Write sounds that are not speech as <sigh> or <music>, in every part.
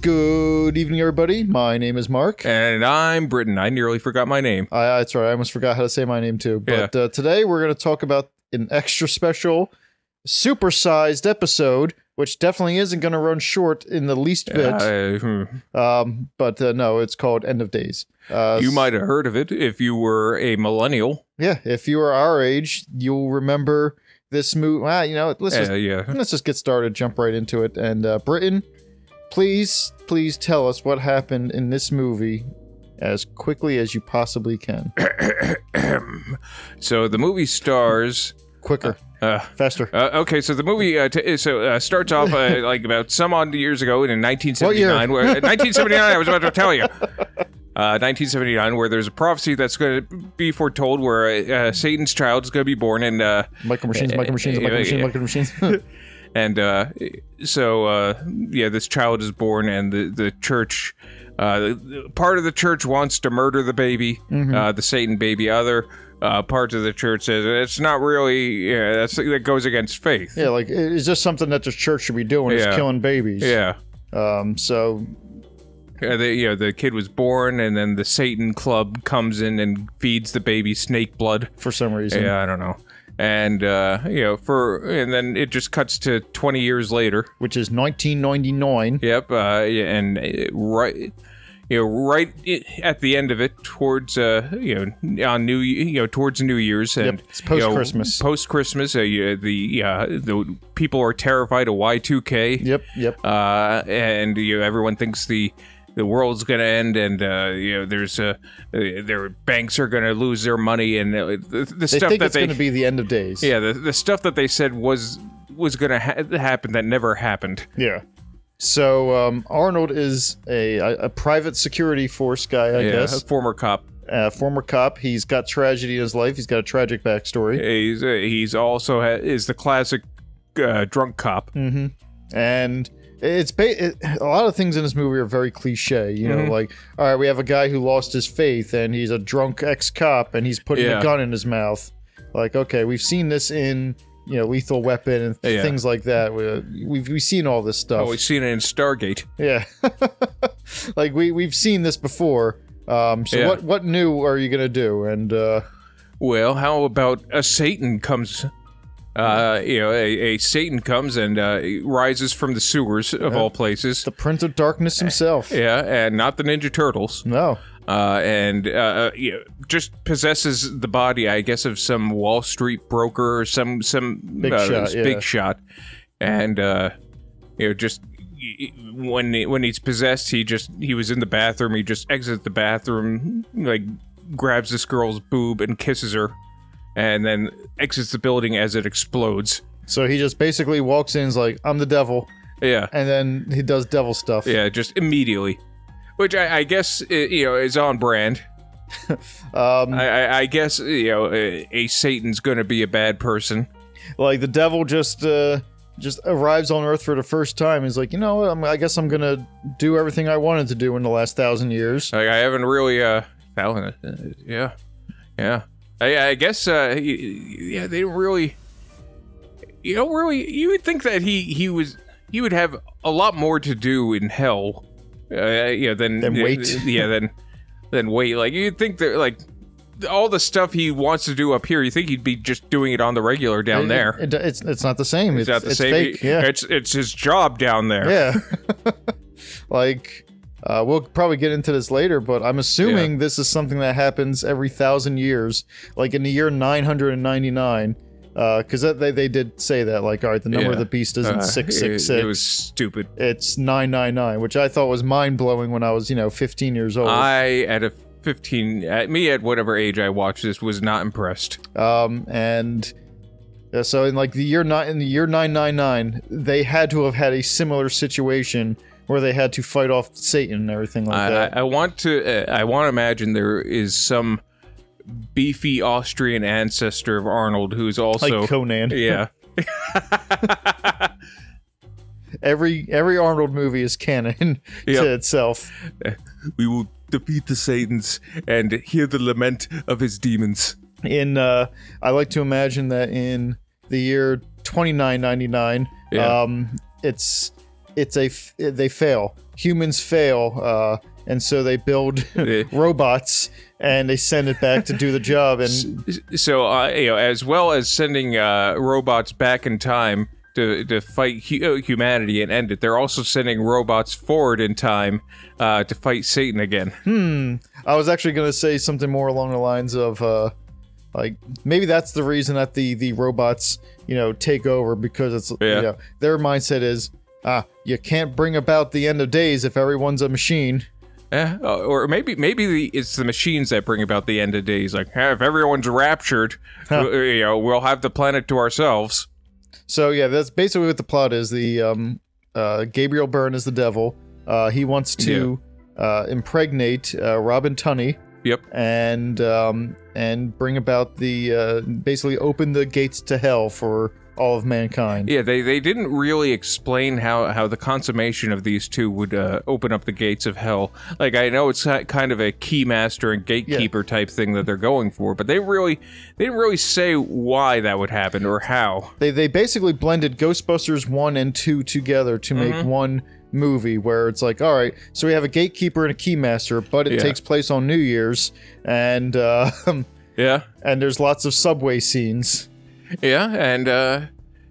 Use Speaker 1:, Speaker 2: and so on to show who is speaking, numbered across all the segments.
Speaker 1: Good evening, everybody. My name is Mark.
Speaker 2: And I'm Britain. I nearly forgot my name.
Speaker 1: I, I, sorry, I almost forgot how to say my name too. But uh, today we're going to talk about an extra special, supersized episode, which definitely isn't going to run short in the least bit.
Speaker 2: I- hmm.
Speaker 1: Um, but uh, no, it's called End of Days. Uh,
Speaker 2: you
Speaker 1: s-
Speaker 2: might have heard of it if you were a millennial.
Speaker 1: yeah. If you are our age, you'll remember this movie. Ah, you know, let's just
Speaker 2: Uh, yeah. <clears throat>
Speaker 1: let's just get started. Jump right into it. And uh, Britain, please, please tell us what happened in this movie as quickly as you possibly can.
Speaker 2: so the movie stars.
Speaker 1: Quicker,
Speaker 2: Uh,
Speaker 1: faster.
Speaker 2: uh, okay, so the movie uh, t- so uh, starts off uh, like about some odd years ago in 1979. Where, uh, 1979, I was about to tell you. Uh, 1979, where there's a prophecy that's going to be foretold, where uh, Satan's child is going to be born, and uh,
Speaker 1: Micro machines, micro machines,
Speaker 2: uh,
Speaker 1: micro
Speaker 2: uh,
Speaker 1: machines,
Speaker 2: yeah.
Speaker 1: micro machines. <laughs> All
Speaker 2: and uh, so uh, yeah, this child is born, and the the church, uh, the- the- part of the church wants to murder the baby, uh, the Satan baby. Other uh, parts of the church says it's not really. Yeah, that's that goes against faith.
Speaker 1: yeah, like it- it's just something that the church should be doing. It's
Speaker 2: Yeah.
Speaker 1: killing babies.
Speaker 2: Yeah.
Speaker 1: Um. So
Speaker 2: Yeah, the, you know, the kid was born, and then the Satan Club comes in and feeds the baby snake blood.
Speaker 1: for some reason,
Speaker 2: Yeah, I don't know. And uh, you know, for and then it just cuts to twenty years later.
Speaker 1: which is 1999.
Speaker 2: Yep. Uh, yeah, and uh, right, you know, right i- at the end of it, towards uh, you know, on New, you know, towards New Year's and
Speaker 1: it's post-Christmas.
Speaker 2: post Christmas, uh, you- the uh, the people are terrified of Y two K.
Speaker 1: Yep. Yep.
Speaker 2: Uh, and you know, everyone thinks the the world's gonna end, and uh, you know, there's uh, uh, their banks are gonna lose their money, and uh, the, the
Speaker 1: They
Speaker 2: stuff
Speaker 1: think
Speaker 2: that
Speaker 1: it's
Speaker 2: they
Speaker 1: going to be the end of days.
Speaker 2: <laughs> yeah, the, the stuff that they said was was gonna ha- happen that never happened.
Speaker 1: Yeah. So um, Arnold is a, a a private security force guy, I
Speaker 2: yeah,
Speaker 1: guess.
Speaker 2: a former cop
Speaker 1: uh, former cop. He's got tragedy in his life. He's got a tragic backstory,
Speaker 2: He's uh, he's also ha- is the classic uh, drunk cop.
Speaker 1: Mm-hmm. and it's ba- it, a lot of things in this movie are very cliche. You know,
Speaker 2: Mm-hmm.
Speaker 1: like all right, we have a guy who lost his faith, and he's a drunk ex-cop, and he's putting a
Speaker 2: Yeah.
Speaker 1: gun in his mouth. Like, okay, we've seen this in you know Lethal Weapon and
Speaker 2: Yeah.
Speaker 1: things like that. We, we've we've seen all this stuff.
Speaker 2: Oh, we've seen it in Stargate.
Speaker 1: Yeah, <laughs> like we we've seen this before. Um, so
Speaker 2: Yeah.
Speaker 1: what what new are you gonna do? And uh,
Speaker 2: Well, how about a Satan comes? Uh, you know, a, a Satan comes and uh, rises from the sewers of all places.
Speaker 1: the Prince of Darkness himself.
Speaker 2: Yeah, and not the Ninja Turtles.
Speaker 1: No,
Speaker 2: Uh, and uh, uh, you know, just possesses the body, I guess, of some Wall Street broker or some some
Speaker 1: Big
Speaker 2: uh,
Speaker 1: shot, yeah.
Speaker 2: big shot. And uh, you know, just y- y- when he- when he's possessed, he just he was in the bathroom. He just exits the bathroom, like grabs this girl's boob and kisses her, and then exits the building as it explodes.
Speaker 1: So he just basically walks in, and is like, "I'm the devil,"
Speaker 2: Yeah,
Speaker 1: and then he does devil stuff.
Speaker 2: yeah, just immediately. Which I, I guess uh, you know is on brand.
Speaker 1: Um,
Speaker 2: I, I, I guess you know a, a Satan's going to be a bad person.
Speaker 1: like the devil just uh, just arrives on Earth for the first time. He's like, "You know, what? I'm, I guess I'm gonna do everything I wanted to do in the last thousand years."
Speaker 2: Like I haven't really uh, found it. Uh, yeah, yeah. I, I guess uh, he- yeah, they don't really. You don't really. You would think that he he was he would have a lot more to do in hell. Uh, yeah, than
Speaker 1: Than wait.
Speaker 2: Yeah, than than wait. Like you'd think that like all the stuff he wants to do up here, you think he'd be just doing it on the regular down there.
Speaker 1: It- it- it's it's not the same.
Speaker 2: Is that the same?
Speaker 1: Fake. Yeah,
Speaker 2: It's it's his job down there.
Speaker 1: yeah. <laughs> like. Uh, we'll probably get into this later, but I'm assuming this is something that happens every thousand years, like in the year 999, because uh, that they, they did say that, like, all right, the number of
Speaker 2: Yeah.
Speaker 1: the beast isn't
Speaker 2: Uh,
Speaker 1: six
Speaker 2: it-
Speaker 1: six six.
Speaker 2: It was stupid.
Speaker 1: it's 999 which i thought was mind-blowing when i was you know 15 years old
Speaker 2: I at a 15 at me at whatever age I watched this was not impressed.
Speaker 1: um and uh, so in like the year nine in the year 999 they had to have had a similar situation where they had to fight off satan and everything like
Speaker 2: I, I,
Speaker 1: that
Speaker 2: I want to uh, I want to imagine there is some beefy Austrian ancestor of Arnold who's also
Speaker 1: like conan
Speaker 2: yeah.
Speaker 1: every every arnold movie is canon <laughs>
Speaker 2: Yep.
Speaker 1: to itself
Speaker 2: We will defeat the Satans and hear the lament of his demons.
Speaker 1: in uh i like to imagine that in the year 2999
Speaker 2: Yeah.
Speaker 1: um it's it's a f- they fail humans fail, uh, and so they
Speaker 2: <laughs>
Speaker 1: build <laughs> robots and they send it back to do the job.
Speaker 2: <laughs>
Speaker 1: And
Speaker 2: So, uh, you know, as well as sending uh, robots back in time to, to fight hu- uh, humanity and end it, they're also sending robots forward in time uh, to fight Satan again.
Speaker 1: I was actually going to say something more along the lines of uh, like maybe that's the reason that the the robots you know take over because it's
Speaker 2: Yeah.
Speaker 1: you know, their mindset is ah you can't bring about the end of days if everyone's a machine.
Speaker 2: Eh, uh, or maybe maybe the, it's the machines that bring about the end of days. Like, eh, if everyone's raptured,
Speaker 1: Huh.
Speaker 2: w- you know, we'll have the planet to ourselves.
Speaker 1: So yeah, that's basically what the plot is. The um, uh, Gabriel Byrne is the devil. Uh, he wants to uh, impregnate uh, Robin Tunney.
Speaker 2: Yep.
Speaker 1: And um, and bring about the uh, basically open the gates to hell for all of mankind.
Speaker 2: Yeah, they, they didn't really explain how, how the consummation of these two would uh, open up the gates of hell. Like, I know it's ki- kind of a keymaster and gatekeeper type thing that they're going for, but they really they didn't really say why that would happen or how.
Speaker 1: They they basically blended Ghostbusters one and two together to make one movie where it's like all right so we have a gatekeeper and a keymaster but it
Speaker 2: Yeah.
Speaker 1: takes place on new year's and uh, <laughs>
Speaker 2: Yeah,
Speaker 1: and there's lots of subway scenes
Speaker 2: yeah, and uh,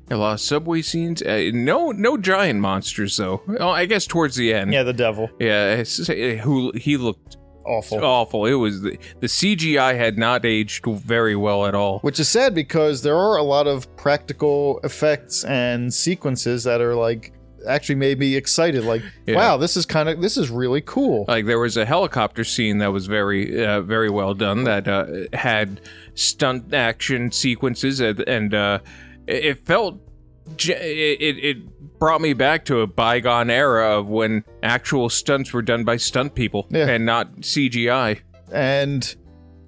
Speaker 2: a lot of subway scenes. Uh, no, no giant monsters though. Oh, I guess towards the end.
Speaker 1: yeah the devil
Speaker 2: yeah. it's- uh, who he looked
Speaker 1: awful
Speaker 2: awful. It was the, the CGI had not aged very well at all.
Speaker 1: which is sad because there are a lot of practical effects and sequences that are like actually made me excited like
Speaker 2: Yeah. Uh,
Speaker 1: wow this is kind of this is really cool
Speaker 2: Like there was a helicopter scene that was very, uh, very well done that uh, had stunt action sequences, and, and uh, it it felt ge- it it brought me back to a bygone era of when actual stunts were done by stunt people
Speaker 1: Yeah. Mm.
Speaker 2: and not CGI.
Speaker 1: and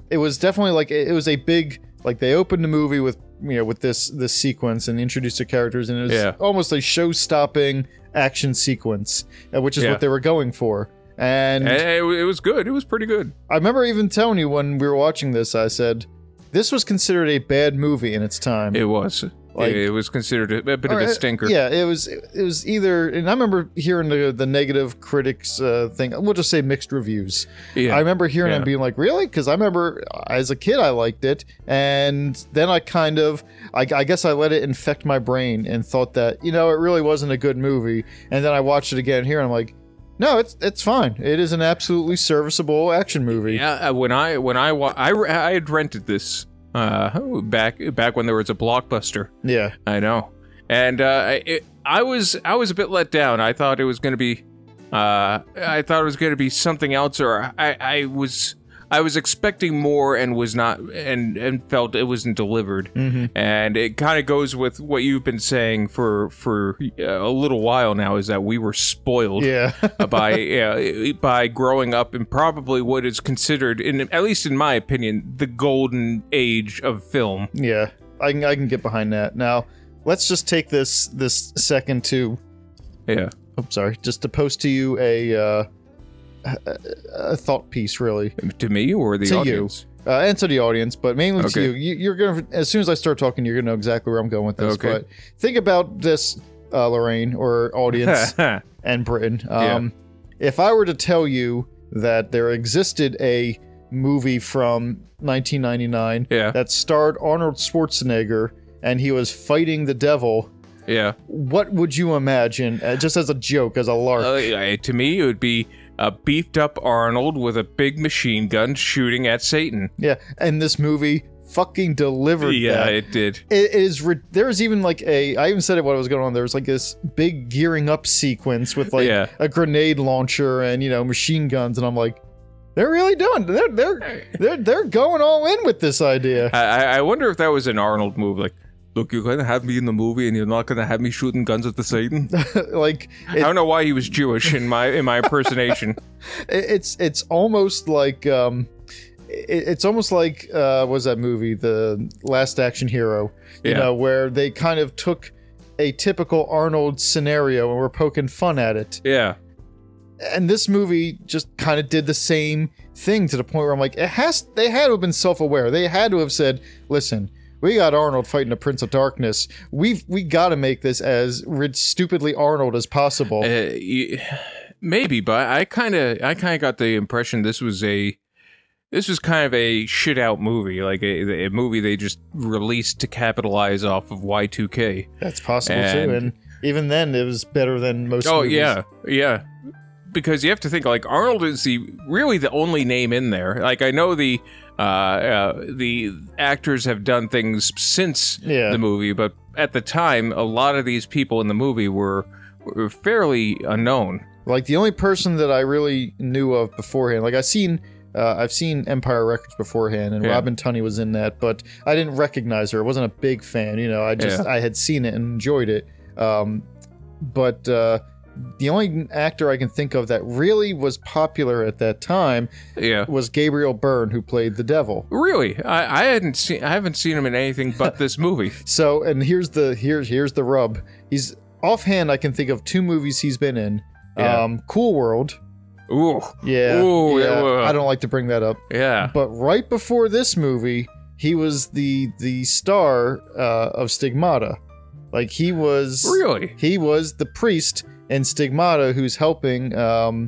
Speaker 1: it was definitely like it it was a big like they opened the movie with you know with this this sequence and introduced the characters and it was
Speaker 2: Yeah.
Speaker 1: almost a show-stopping action sequence uh, which is
Speaker 2: Yeah. Eh.
Speaker 1: what they were going for and
Speaker 2: And it, wa- it was good. It was pretty good.
Speaker 1: i remember even telling you when we were watching this i said this was considered a bad movie in its time
Speaker 2: It was.
Speaker 1: Like-
Speaker 2: it, it was considered a, a bit
Speaker 1: Or,
Speaker 2: of
Speaker 1: uh,
Speaker 2: a stinker.
Speaker 1: Yeah, it was it was either, and I remember hearing the, the negative critics uh, thing. We'll just say mixed reviews.
Speaker 2: Yeah.
Speaker 1: I remember hearing them
Speaker 2: Yeah.
Speaker 1: being like, "Really?" Because I remember uh, as a kid I liked it, and then I kind of, I, I guess I let it infect my brain and thought that you know it really wasn't a good movie. And then I watched it again here, and I'm like, "No, it's it's fine. It is an absolutely serviceable action movie."
Speaker 2: Yeah, uh, when I when I wa- I, re- I had rented this uh, back back when there was a blockbuster.
Speaker 1: Yeah.
Speaker 2: I know, and uh, I- it, I was I was a bit let down. I thought it was going to be, uh, I thought it was going to be something else, or I, I was I was expecting more and was not and and felt it wasn't delivered.
Speaker 1: Mm-hmm.
Speaker 2: And it kind of goes with what you've been saying for for uh, a little while now is that we were spoiled
Speaker 1: Yeah. <laughs>
Speaker 2: uh, by uh, by growing up in probably what is considered, in at least in my opinion, the golden age of film.
Speaker 1: Yeah, I can I can get behind that. Now, let's just take this this second to
Speaker 2: Yeah.
Speaker 1: I'm sorry, just to post to you a uh, a, a thought piece, really,
Speaker 2: To me or the
Speaker 1: To you.
Speaker 2: audience?
Speaker 1: uh, and to the audience, but mainly
Speaker 2: Okay.
Speaker 1: to you. you. You're gonna as soon as I start talking, you're gonna know exactly where I'm going with this.
Speaker 2: Okay.
Speaker 1: But think about this, uh, Lorraine or
Speaker 2: <laughs>
Speaker 1: audience and Britain. Um, If I were to tell you that there existed a movie from 1999
Speaker 2: yeah.
Speaker 1: that starred Arnold Schwarzenegger and he was fighting the devil.
Speaker 2: Yeah.
Speaker 1: what would you imagine uh, just as a joke as a lark
Speaker 2: Uh, yeah, to me, it would be a beefed up Arnold with a big machine gun shooting at Satan.
Speaker 1: yeah and this movie fucking delivered
Speaker 2: Yeah,
Speaker 1: that.
Speaker 2: it did.
Speaker 1: it is ri- there was even like a i even said it while it was going on there was like this big gearing up sequence with like
Speaker 2: Yeah.
Speaker 1: a grenade launcher and you know machine guns and i'm like they're really doing they're they're they're, they're going all in with this idea <laughs>
Speaker 2: I, I- I wonder if that was an Arnold move. Like, look, you're going to have me in the movie and you're not going to have me shooting guns at the Satan?
Speaker 1: <laughs> like
Speaker 2: <laughs> I don't know why he was Jewish in my in my impersonation.
Speaker 1: it- it's it's almost like um it- it's almost like uh what was that movie the last action hero <laughs> you
Speaker 2: Yeah.
Speaker 1: know where they kind of took a typical arnold scenario and were poking fun at it
Speaker 2: yeah.
Speaker 1: and this movie just kind of did the same thing to the point where i'm like it has they had to have been self-aware they had to have said listen we got Arnold fighting the Prince of Darkness.
Speaker 2: Eh,
Speaker 1: We've we got to make this as rid- stupidly Arnold as possible.
Speaker 2: Uh, you, Maybe, but I kind of I kind of got the impression this was a this was kind of a shit out movie, like a, a movie they just released to capitalize off of Y2K.
Speaker 1: That's possible
Speaker 2: And-
Speaker 1: too. And even then, it was better than most.
Speaker 2: Oh
Speaker 1: movies.
Speaker 2: yeah, yeah. Because you have to think like Arnold is the really the only name in there. Like I know the uh, uh, the actors have done things since
Speaker 1: Yeah.
Speaker 2: the movie, but at the time, a lot of these people in the movie were, were fairly unknown.
Speaker 1: Like the only person that I really knew of beforehand, like I've seen, uh, I've seen Empire Records beforehand, and
Speaker 2: Yeah.
Speaker 1: Robin Tunney was in that, but I didn't recognize her. I wasn't a big fan, you know. I just I had seen it and enjoyed it. Um, but uh, the only actor I can think of that really was popular at that time
Speaker 2: Yeah,
Speaker 1: was Gabriel Byrne, who played the devil.
Speaker 2: really. I, I hadn't seen I haven't seen him in anything but this movie.
Speaker 1: So, and here's the here's here's the rub. He's offhand I can think of two movies he's been in.
Speaker 2: Yeah.
Speaker 1: Um, cool World.
Speaker 2: Ooh,
Speaker 1: Yeah.
Speaker 2: Ooh,
Speaker 1: yeah.
Speaker 2: yeah, well.
Speaker 1: I don't like to bring that up.
Speaker 2: yeah.
Speaker 1: But right before this movie, he was the the star uh, of Stigmata. Like he was
Speaker 2: Really?
Speaker 1: he was the priest in Stigmata who's helping um,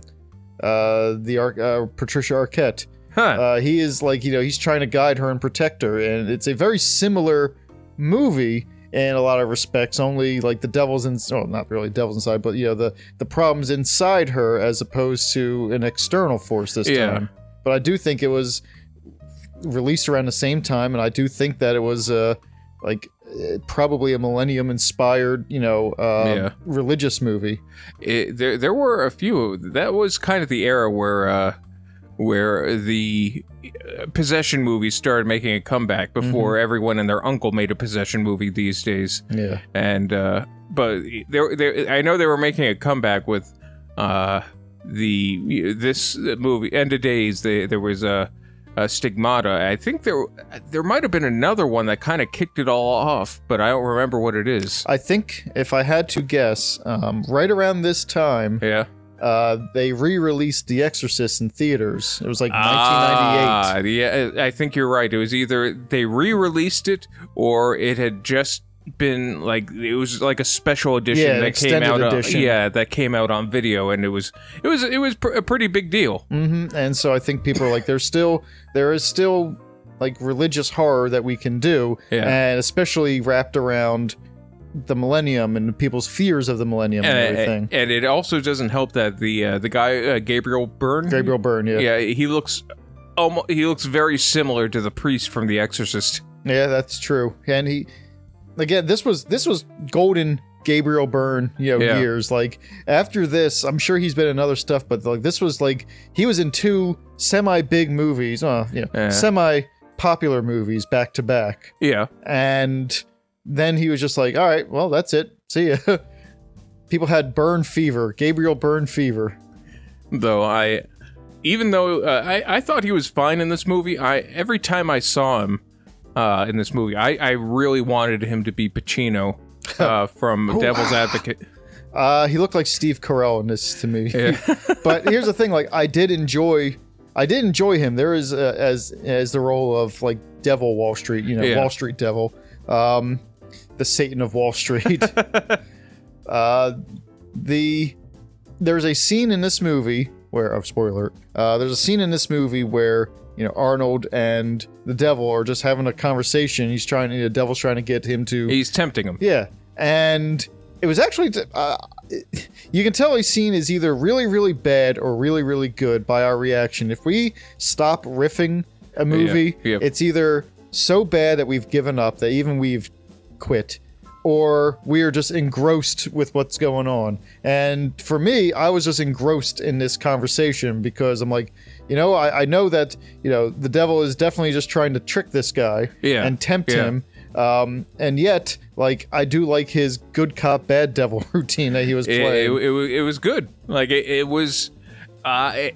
Speaker 1: uh, the Ar- uh, Patricia Arquette.
Speaker 2: Huh.
Speaker 1: Uh, he is like you know he's trying to guide her and protect her, and it's a very similar movie in a lot of respects. Only like the devil's in well, not really devil's inside, but you know the the problems inside her as opposed to an external force this
Speaker 2: Yeah.
Speaker 1: time. But I do think it was released around the same time, and I do think that it was uh like eh, probably a millennium inspired you know uh,
Speaker 2: Yeah.
Speaker 1: religious movie.
Speaker 2: It, there there were a few. That was kind of the era where uh, where the uh, possession movies started making a comeback before everyone and their uncle made a possession movie these days.
Speaker 1: Yeah.
Speaker 2: And uh, but there there I know they were making a comeback with uh, the this movie End of Days. They, there was a, a Stigmata. I think there there might have been another one that kind of kicked it all off, but I don't remember what it is.
Speaker 1: I think if I had to guess, um, right around this time.
Speaker 2: Yeah.
Speaker 1: uh, they re-released The Exorcist in theaters. It was like 1998.
Speaker 2: Ah, yeah, I think you're right. It was either they re-released it or it had just been like it was like a special edition
Speaker 1: Yeah, an
Speaker 2: that came
Speaker 1: extended
Speaker 2: out.
Speaker 1: edition.
Speaker 2: On, yeah, that came out on video, and it was it was it was pr- a pretty big deal.
Speaker 1: hmm And so I think people are like, there's still there is still like religious horror that we can do,
Speaker 2: Yeah.
Speaker 1: and especially wrapped around the millennium and people's fears of the millennium and,
Speaker 2: And, uh,
Speaker 1: everything.
Speaker 2: and it also doesn't help that the uh, the guy uh, Gabriel Byrne,
Speaker 1: Gabriel Byrne, yeah. yeah,
Speaker 2: yeah, he looks almost he looks very similar to the priest from The Exorcist. <laughs>
Speaker 1: that's true. And he, again, this was this was golden. Gabriel Byrne, you know,
Speaker 2: Yeah.
Speaker 1: years like after this, I'm sure he's been in other stuff, but like this was like he was in two semi-big movies, uh, you know,
Speaker 2: Yeah.
Speaker 1: semi popular movies back to back.
Speaker 2: Yeah,
Speaker 1: And then he was just like, all right, well, that's it. See ya. <laughs> People had burn fever, Gabriel burn fever.
Speaker 2: though I, even though uh, I, I thought he was fine in this movie, I every time I saw him uh, in this movie, I, I really wanted him to
Speaker 1: <laughs>
Speaker 2: be Pacino uh, from Devil's Advocate.
Speaker 1: Uh, he looked like Steve Carell in this to me.
Speaker 2: Yeah.
Speaker 1: but here's the thing: like, I did enjoy, I did enjoy him. There is uh, as as the role of like Devil Wall Street, you know,
Speaker 2: Yeah.
Speaker 1: Wall Street Devil, um, the Satan of Wall Street. uh, the there's a scene in this movie where, oh, spoiler, alert, uh, there's a scene in this movie where you know Arnold and the Devil are just having a conversation. He's trying, the Devil's trying to get him to
Speaker 2: He's tempting him.
Speaker 1: yeah, and it was actually uh, it- you can tell a scene is either really really bad or really really good by our reaction. If we stop riffing a movie,
Speaker 2: yeah.
Speaker 1: it's either so bad that we've given up that even we've quit or we are just engrossed with what's going on. And for me, I was just engrossed in this conversation because I'm like, you know, I, I know that, you know, the devil is definitely just trying to trick this guy
Speaker 2: Yeah,
Speaker 1: and tempt
Speaker 2: yeah.
Speaker 1: him. Um, and yet, like, I do like his good cop, bad devil <laughs> routine that he was
Speaker 2: It,
Speaker 1: playing.
Speaker 2: it, it, wa- it was good. Like it, it was, uh, it,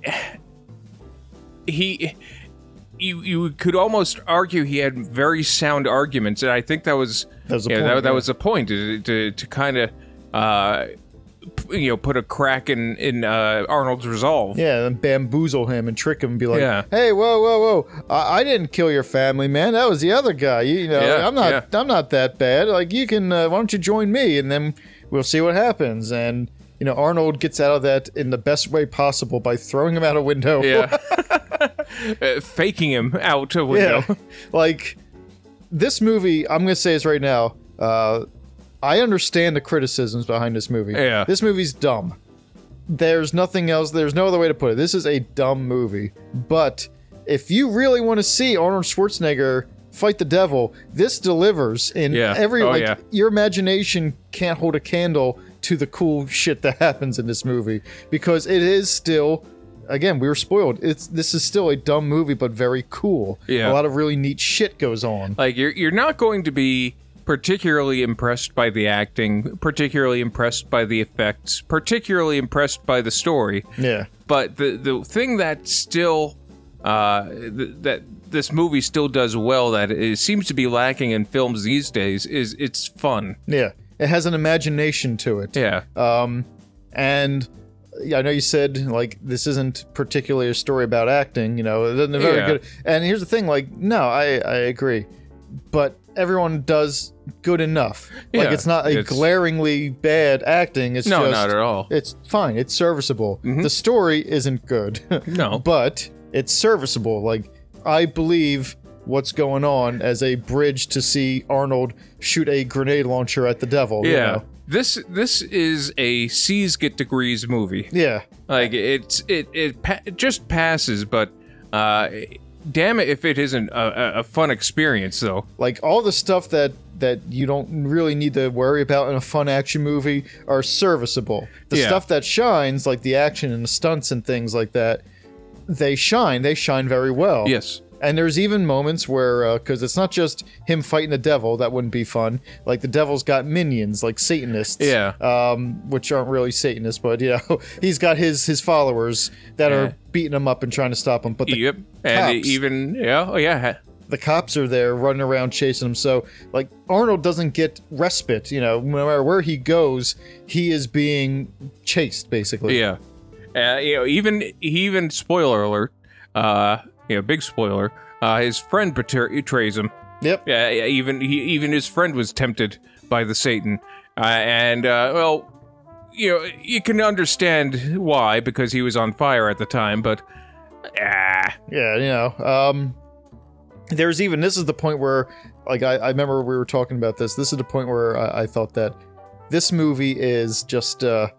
Speaker 2: he. You, you could almost argue he had very sound arguments, and I think that was
Speaker 1: that was the
Speaker 2: yeah,
Speaker 1: point,
Speaker 2: that, that was the point to to, to kind of uh, p- you know put a crack in in uh, Arnold's resolve.
Speaker 1: Yeah, and bamboozle him and trick him and be like,
Speaker 2: Yeah.
Speaker 1: "Hey, whoa, whoa, whoa! I, I didn't kill your family, man. That was the other guy. You, you know,
Speaker 2: Yeah,
Speaker 1: I'm not,
Speaker 2: yeah.
Speaker 1: I'm not that bad. Like, you can. Uh, why don't you join me, and then we'll see what happens." And you know, Arnold gets out of that in the best way possible by throwing him out a window.
Speaker 2: Yeah. <laughs> Uh, faking him out a window.
Speaker 1: Yeah. <laughs> like this movie, I'm gonna say this right now. Uh, I understand the criticisms behind this movie.
Speaker 2: Yeah.
Speaker 1: This movie's dumb. There's nothing else. There's no other way to put it. This is a dumb movie. But if you really want to see Arnold Schwarzenegger fight the devil, this delivers in
Speaker 2: Yeah.
Speaker 1: every
Speaker 2: Oh,
Speaker 1: like
Speaker 2: yeah.
Speaker 1: your imagination can't hold a candle to the cool shit that happens in this movie because it is still again we were spoiled it's this is still a dumb movie but very cool a
Speaker 2: Yeah.
Speaker 1: lot of really neat shit goes on
Speaker 2: Like you're you're not going to be particularly impressed by the acting, particularly impressed by the effects, particularly impressed by the story.
Speaker 1: yeah
Speaker 2: But the the thing that still uh, th- that this movie still does well that it seems to be lacking in films these days is it's fun.
Speaker 1: yeah it has an imagination to it
Speaker 2: Yeah,
Speaker 1: Um, and I know you said like this isn't particularly a story about acting. You know, it isn't a very
Speaker 2: Yeah.
Speaker 1: good. And here's the thing: like, no, I I agree, but everyone does good enough.
Speaker 2: Yeah,
Speaker 1: like, it's not a
Speaker 2: it's-
Speaker 1: glaringly bad acting. It's
Speaker 2: no,
Speaker 1: just,
Speaker 2: not at all. Mm-hmm.
Speaker 1: It's fine. It's serviceable. The story isn't good, <laughs>
Speaker 2: No,
Speaker 1: but it's serviceable. Like, I believe. What's going on as a bridge to see Arnold shoot a grenade launcher at the devil? you
Speaker 2: yeah.
Speaker 1: know?
Speaker 2: This this is a C's get degrees movie.
Speaker 1: yeah,
Speaker 2: Like it's it it, pa- it just passes, but uh, damn it if it isn't a, a- a fun experience though.
Speaker 1: like all the stuff that that you don't really need to worry about in a fun action movie are serviceable the
Speaker 2: Yeah.
Speaker 1: stuff that shines like the action and the stunts and things like that they shine they shine very well
Speaker 2: Yes.
Speaker 1: and there's even moments where because it's not just him fighting the devil that wouldn't be fun like the devil's got minions like satanists
Speaker 2: Yeah.
Speaker 1: um, which aren't really satanists but you know <laughs> he's got his his followers that
Speaker 2: Yeah.
Speaker 1: are beating him up and trying to stop him but the
Speaker 2: yep. And
Speaker 1: cops.
Speaker 2: even yeah, oh yeah.
Speaker 1: the cops are there running around chasing him. So like Arnold doesn't get respite. You know, no matter where he goes, he is being chased basically.
Speaker 2: Yeah. Uh, you know, even he even spoiler alert. Uh, you know, big spoiler. Uh, his friend betra- betrays him.
Speaker 1: Yep.
Speaker 2: Yeah, yeah, even he, even his friend was tempted by the Satan, uh, and uh, well, you know, you can understand why because he was on fire at the time. But ah,
Speaker 1: Yeah. You know. Um. There's even this is the point where like I, I remember we were talking about this. This is the point where I, I thought that this movie is just uh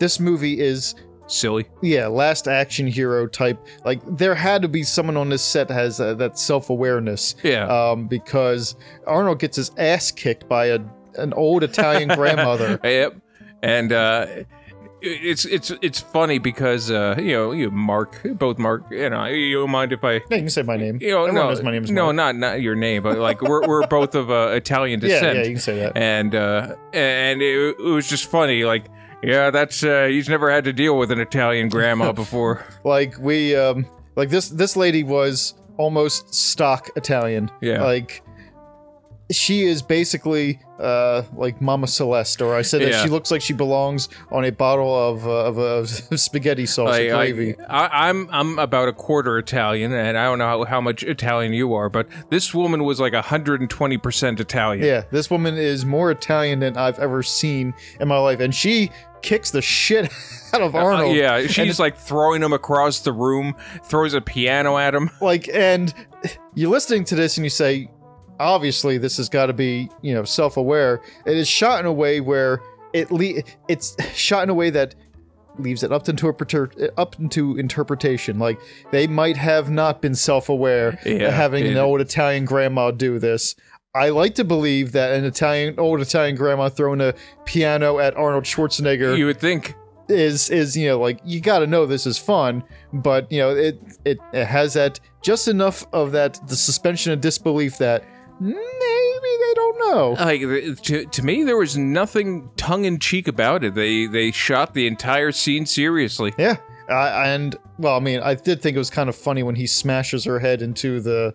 Speaker 1: this movie is
Speaker 2: silly.
Speaker 1: yeah last action hero type like there had to be someone on this set that has uh, that self-awareness
Speaker 2: Yeah.
Speaker 1: um, because Arnold gets his ass kicked by a an old
Speaker 2: <laughs>
Speaker 1: Italian grandmother.
Speaker 2: Yep. And uh, it's it's it's funny because uh, you know you Mark both Mark you know you don't mind if I
Speaker 1: Yeah, you can say my name.
Speaker 2: you know
Speaker 1: Everyone
Speaker 2: no
Speaker 1: knows my name is
Speaker 2: no
Speaker 1: Mark.
Speaker 2: not not your name but like we're
Speaker 1: <laughs>
Speaker 2: we're both of uh, Italian
Speaker 1: yeah,
Speaker 2: descent
Speaker 1: yeah, you can say that.
Speaker 2: and uh, and it, it was just funny like. Yeah, that's uh, he's never had to deal with an
Speaker 1: <laughs>
Speaker 2: Italian grandma before.
Speaker 1: Like we, um, like this this lady was almost stock Italian.
Speaker 2: Yeah.
Speaker 1: like she is basically uh like Mama Celeste, or I said that
Speaker 2: Yeah.
Speaker 1: she looks like she belongs on a bottle of uh, of, uh, <laughs> spaghetti sauce
Speaker 2: Like,
Speaker 1: and gravy.
Speaker 2: I, I, I'm I'm about a quarter Italian, and I don't know how, how much Italian you are, but this woman was like 120 percent Italian.
Speaker 1: Yeah, this woman is more Italian than I've ever seen in my life, and she kicks the shit <laughs> out of
Speaker 2: Uh,
Speaker 1: Arnold.
Speaker 2: yeah, she's like throwing him across the room, throws a piano at him. <laughs>
Speaker 1: Like, and you're listening to this, and you say, obviously, this has got to be, you know, self-aware. It is shot in a way where it le- it's shot in a way that leaves it up to interpreter- up into interpretation. Like they might have not been self-aware
Speaker 2: Yeah,
Speaker 1: having an
Speaker 2: it-
Speaker 1: old Italian grandma do this. I like to believe that an Italian old Italian grandma throwing a piano at Arnold Schwarzenegger
Speaker 2: You would think,
Speaker 1: is is you know like you got to know this is fun, but you know it, it it has that just enough of that the suspension of disbelief that maybe they don't know.
Speaker 2: like, th- to, to me, there was nothing tongue in cheek about it. They they shot the entire scene seriously.
Speaker 1: Yeah, I and well, I mean, I did think it was kind of funny when he smashes her head into the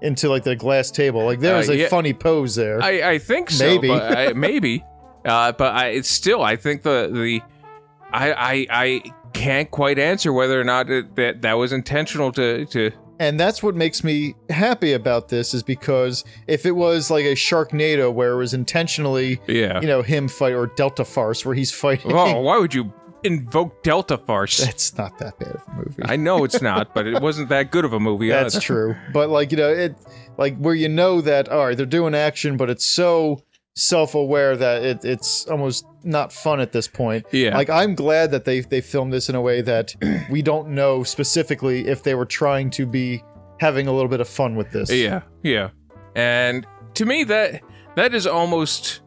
Speaker 1: into like the glass table. Like there
Speaker 2: Uh,
Speaker 1: was a
Speaker 2: yeah.
Speaker 1: funny pose there.
Speaker 2: I, I think so.
Speaker 1: Maybe.
Speaker 2: but
Speaker 1: <laughs>
Speaker 2: I, maybe, uh, but I it's still I think the the I I, I can't quite answer whether or not it, that that was intentional to to
Speaker 1: and that's what makes me happy about this is because if it was like a Sharknado where it was intentionally,
Speaker 2: Yeah.
Speaker 1: you know, him fight or Delta Farce where he's fighting.
Speaker 2: Oh, why would you invoke Delta Farce?
Speaker 1: <laughs> That's not that bad of a movie.
Speaker 2: I know it's not, but it wasn't that good of a movie.
Speaker 1: That's
Speaker 2: either.
Speaker 1: true. But like, you know, it like where you know that all right, they're doing action, but it's so self-aware that it, it's almost not fun at this point.
Speaker 2: Yeah.
Speaker 1: Like I'm glad that they they filmed this in a way that <clears throat> we don't know specifically if they were trying to be having a little bit of fun with this.
Speaker 2: Yeah, yeah. And to me, that that is almost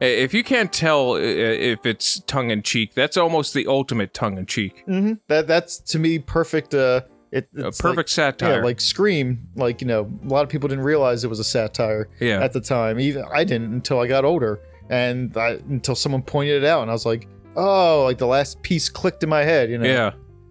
Speaker 2: if you can't tell uh, if it's tongue in cheek, that's almost the ultimate tongue in cheek.
Speaker 1: hmm That that's to me perfect uh it,
Speaker 2: A
Speaker 1: it's
Speaker 2: perfect
Speaker 1: like, yeah,
Speaker 2: satire.
Speaker 1: like Scream, like you know, a lot of people didn't realize it was a satire.
Speaker 2: yeah.
Speaker 1: at the time. Even I didn't until I got older, and I, until someone pointed it out, and I was like, "Oh, like the last piece clicked in my head," you know.
Speaker 2: yeah.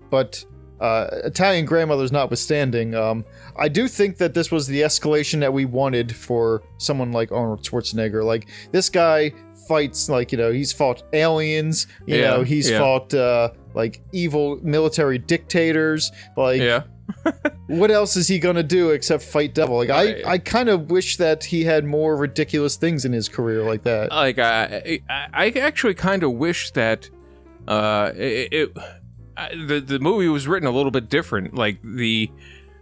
Speaker 1: But uh, Italian grandmothers notwithstanding, um, I do think that this was the escalation that we wanted for someone like Arnold Schwarzenegger. Like this guy fights, like you know, he's fought aliens, you
Speaker 2: Yeah,
Speaker 1: know, he's
Speaker 2: yeah.
Speaker 1: fought uh, like evil military dictators, like
Speaker 2: yeah.
Speaker 1: what else is he gonna do except fight devil? Like I,
Speaker 2: Right.
Speaker 1: I kind of wish that he had more ridiculous things in his career like that.
Speaker 2: Like I, I, I actually kind of wish that uh, it, it I, the the movie was written a little bit different. Like the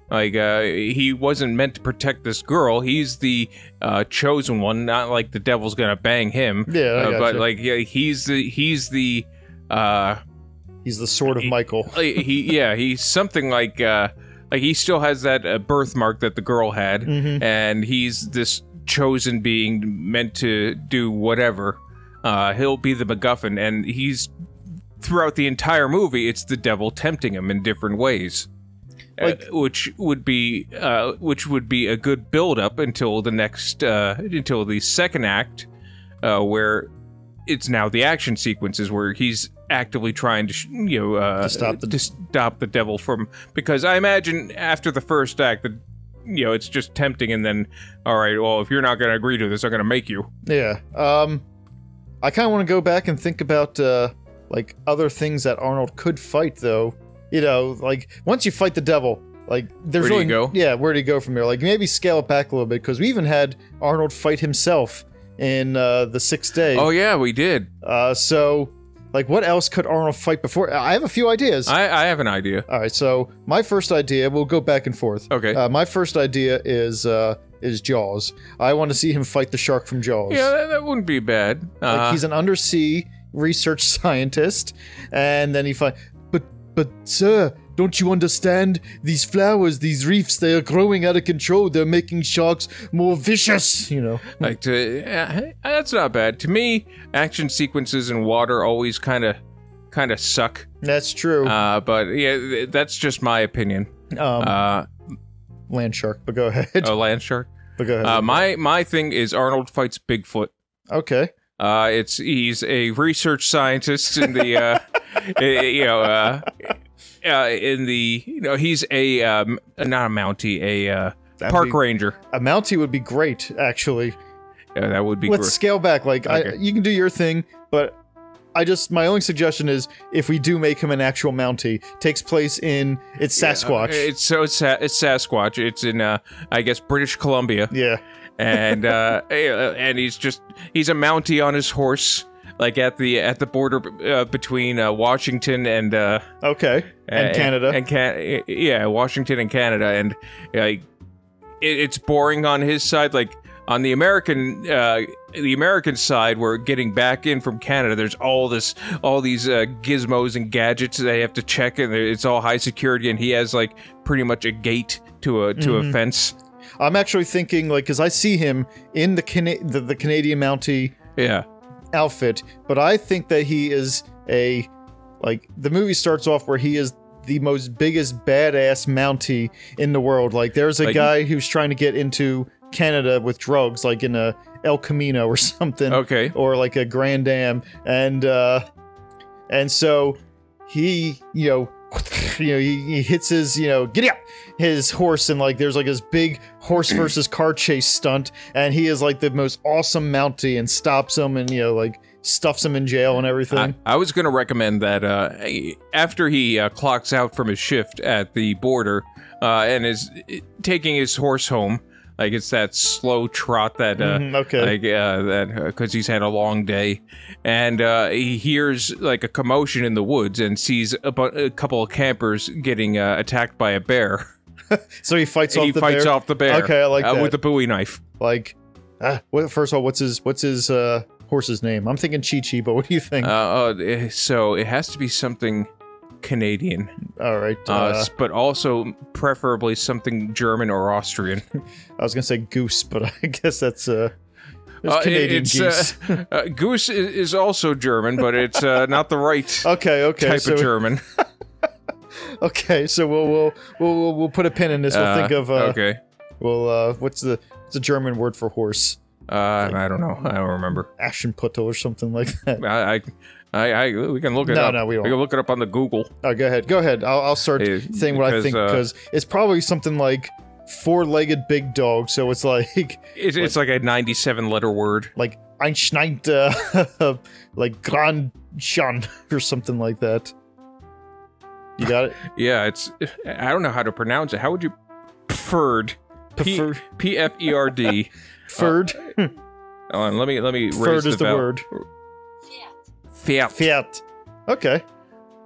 Speaker 2: like uh, he wasn't meant to protect this girl. He's the uh, chosen one. Not like the devil's gonna bang him.
Speaker 1: Yeah, I
Speaker 2: Uh, but
Speaker 1: gotcha.
Speaker 2: like yeah, he's the he's the uh
Speaker 1: he's the sword of
Speaker 2: he- <laughs>
Speaker 1: Michael.
Speaker 2: he yeah he's something like uh like he still has that uh, birthmark that the girl had
Speaker 1: Mhm.
Speaker 2: and he's this chosen being meant to do whatever uh he'll be the MacGuffin and he's throughout the entire movie it's the devil tempting him in different ways Uh,
Speaker 1: Like-
Speaker 2: which would be uh which would be a good build up until the next uh until the second act uh where it's now the action sequences where he's actively trying to sh- you know uh,
Speaker 1: To stop the-
Speaker 2: to stop the devil from because I imagine after the first act that you know it's just tempting and then all right well if you're not going to agree to this I'm going to make you
Speaker 1: Yeah. Um, I kind of want to go back and think about uh, like other things that Arnold could fight, though. You know, like once you fight the devil, like there's
Speaker 2: Where do
Speaker 1: really
Speaker 2: you go?
Speaker 1: yeah, where do you go from there? Like maybe scale it back a little bit because we even had Arnold fight himself in uh, the sixth day.
Speaker 2: oh yeah we did
Speaker 1: Uh, so like what else could Arnold fight before? I have a few ideas.
Speaker 2: I, I have an idea
Speaker 1: All right, so my first idea, we'll go back and forth.
Speaker 2: okay
Speaker 1: Uh, my first idea is uh, is Jaws. I want to see him fight the shark from Jaws.
Speaker 2: yeah that, that wouldn't be bad
Speaker 1: like
Speaker 2: uh,
Speaker 1: he's an undersea research <laughs> scientist, and then he fight. But but sir, don't you understand? These flowers, these reefs, they are growing out of control. They're making sharks more vicious. You know.
Speaker 2: like to uh, that's not bad to me action sequences in water always kind of kind of suck
Speaker 1: That's true.
Speaker 2: uh, but yeah th- that's just my opinion
Speaker 1: um,
Speaker 2: uh,
Speaker 1: land shark, but go ahead.
Speaker 2: a land shark
Speaker 1: <laughs> but go ahead.
Speaker 2: uh, my my thing is Arnold fights Bigfoot
Speaker 1: okay.
Speaker 2: Uh, it's he's a research scientist in the uh, <laughs> i- you know uh, uh, in the you know he's a um, not a Mountie a uh,
Speaker 1: That'd
Speaker 2: park
Speaker 1: be-
Speaker 2: ranger.
Speaker 1: A Mountie would be great, actually.
Speaker 2: Yeah, that would be
Speaker 1: Let's
Speaker 2: great.
Speaker 1: scale back. Like, I,
Speaker 2: Okay.
Speaker 1: you can do your thing, but I just my only suggestion is if we do make him an actual Mountie, takes place in it's Sasquatch. Yeah,
Speaker 2: uh, It's so it's, Sa- it's Sasquatch. It's in uh, I guess British Columbia, and uh, <laughs> yeah, and he's just he's a Mountie on his horse, like at the at the border uh, between uh, Washington and. Uh,
Speaker 1: Okay. And
Speaker 2: Uh,
Speaker 1: Canada.
Speaker 2: and can yeah washington and canada and like it, it's boring on his side like on the american uh the american side where getting back in from canada there's all this all these uh, gizmos and gadgets they have to check and it's all high security and he has like pretty much a gate to a to
Speaker 1: Mm-hmm.
Speaker 2: a fence
Speaker 1: I'm actually thinking like because I see him in the, Cana- the the Canadian Mountie
Speaker 2: yeah
Speaker 1: outfit, but I think that he is a like the movie starts off where he is the most biggest badass Mountie in the world. Like there's a
Speaker 2: Like-
Speaker 1: guy who's trying to get into Canada with drugs, like in a El Camino or <laughs> something,
Speaker 2: okay
Speaker 1: or like a Grand Dam, and uh, and so he, you know. <laughs> You know, he, he hits his, you know, giddy up, his horse, and like there's like this big
Speaker 2: <clears throat>
Speaker 1: horse versus car chase stunt, and he is like the most awesome Mountie and stops him, and you know, like stuffs him in jail and everything.
Speaker 2: I, uh, I was going to recommend that uh, after he uh, clocks out from his shift at the border uh, and is taking his horse home, like it's that slow trot that, uh,
Speaker 1: Mhm, okay.
Speaker 2: like uh, that, because he's had a long day, and uh, he hears like a commotion in the woods and sees a, bu- a couple of campers getting uh, attacked by a bear.
Speaker 1: so he fights
Speaker 2: and
Speaker 1: off
Speaker 2: he
Speaker 1: the
Speaker 2: fights
Speaker 1: bear.
Speaker 2: off the bear.
Speaker 1: Okay, I like
Speaker 2: uh,
Speaker 1: that.
Speaker 2: with the Bowie knife.
Speaker 1: Like, ah, what, first of all, what's his what's his uh, horse's name? I'm thinking Chi Chi, but what do you think?
Speaker 2: Uh, uh, so it has to be something Canadian.
Speaker 1: all right, uh,
Speaker 2: uh, s- but also preferably something German or Austrian.
Speaker 1: I was gonna say goose, but <laughs> I guess that's uh, it's
Speaker 2: Uh, it-
Speaker 1: Canadian
Speaker 2: it's,
Speaker 1: geese.
Speaker 2: uh, <laughs> uh, goose is, is also German, but it's uh, not the right
Speaker 1: okay, <laughs> okay,
Speaker 2: type
Speaker 1: so <laughs>
Speaker 2: of German.
Speaker 1: okay, so we'll we'll, we'll we'll we'll put a pin in this. We'll
Speaker 2: Uh,
Speaker 1: think of uh,
Speaker 2: okay.
Speaker 1: well, uh, what's the what's the German word for horse?
Speaker 2: Uh, I don't know. I don't remember.
Speaker 1: Aschenputtel or something like <laughs> that.
Speaker 2: I, I, I, I we can look it
Speaker 1: No,
Speaker 2: up.
Speaker 1: no, we won't.
Speaker 2: can look it up on the Google.
Speaker 1: Oh, go ahead, go ahead. I'll, I'll start
Speaker 2: Yeah,
Speaker 1: thing what I
Speaker 2: because,
Speaker 1: think
Speaker 2: uh,
Speaker 1: because it's probably something like four-legged big dog. So it's like <laughs>
Speaker 2: It's, it's like a 97 letter word.
Speaker 1: like Einschneid, uh, <laughs> like Grand Jean <laughs> or something like that. You got it.
Speaker 2: Yeah, it's. I don't know how to pronounce it. How would you. Preferred. P-
Speaker 1: Preferred,
Speaker 2: P F E
Speaker 1: <laughs>
Speaker 2: R D.
Speaker 1: Ferd.
Speaker 2: Hold on, let me let me raise
Speaker 1: Ferd
Speaker 2: the,
Speaker 1: is the
Speaker 2: val-
Speaker 1: word.
Speaker 2: Fiat.
Speaker 1: Fiat. Okay.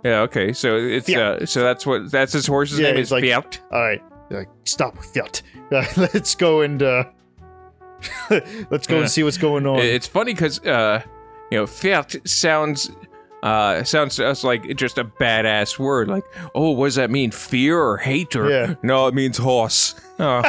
Speaker 2: Yeah. Okay. So it's uh, so that's what that's his horse's
Speaker 1: Yeah,
Speaker 2: name
Speaker 1: he's
Speaker 2: is
Speaker 1: like-
Speaker 2: Fiat.
Speaker 1: All right. Like, stop with Fiat. <laughs> Uh, let's go and uh, <laughs> let's go
Speaker 2: Yeah.
Speaker 1: and see what's going on.
Speaker 2: It's funny because uh, you know Fiat sounds uh sounds to us like just a badass word. Like, oh, what does that mean? Fear or hate or
Speaker 1: Yeah.
Speaker 2: no? It means horse.
Speaker 1: <laughs>
Speaker 2: Oh,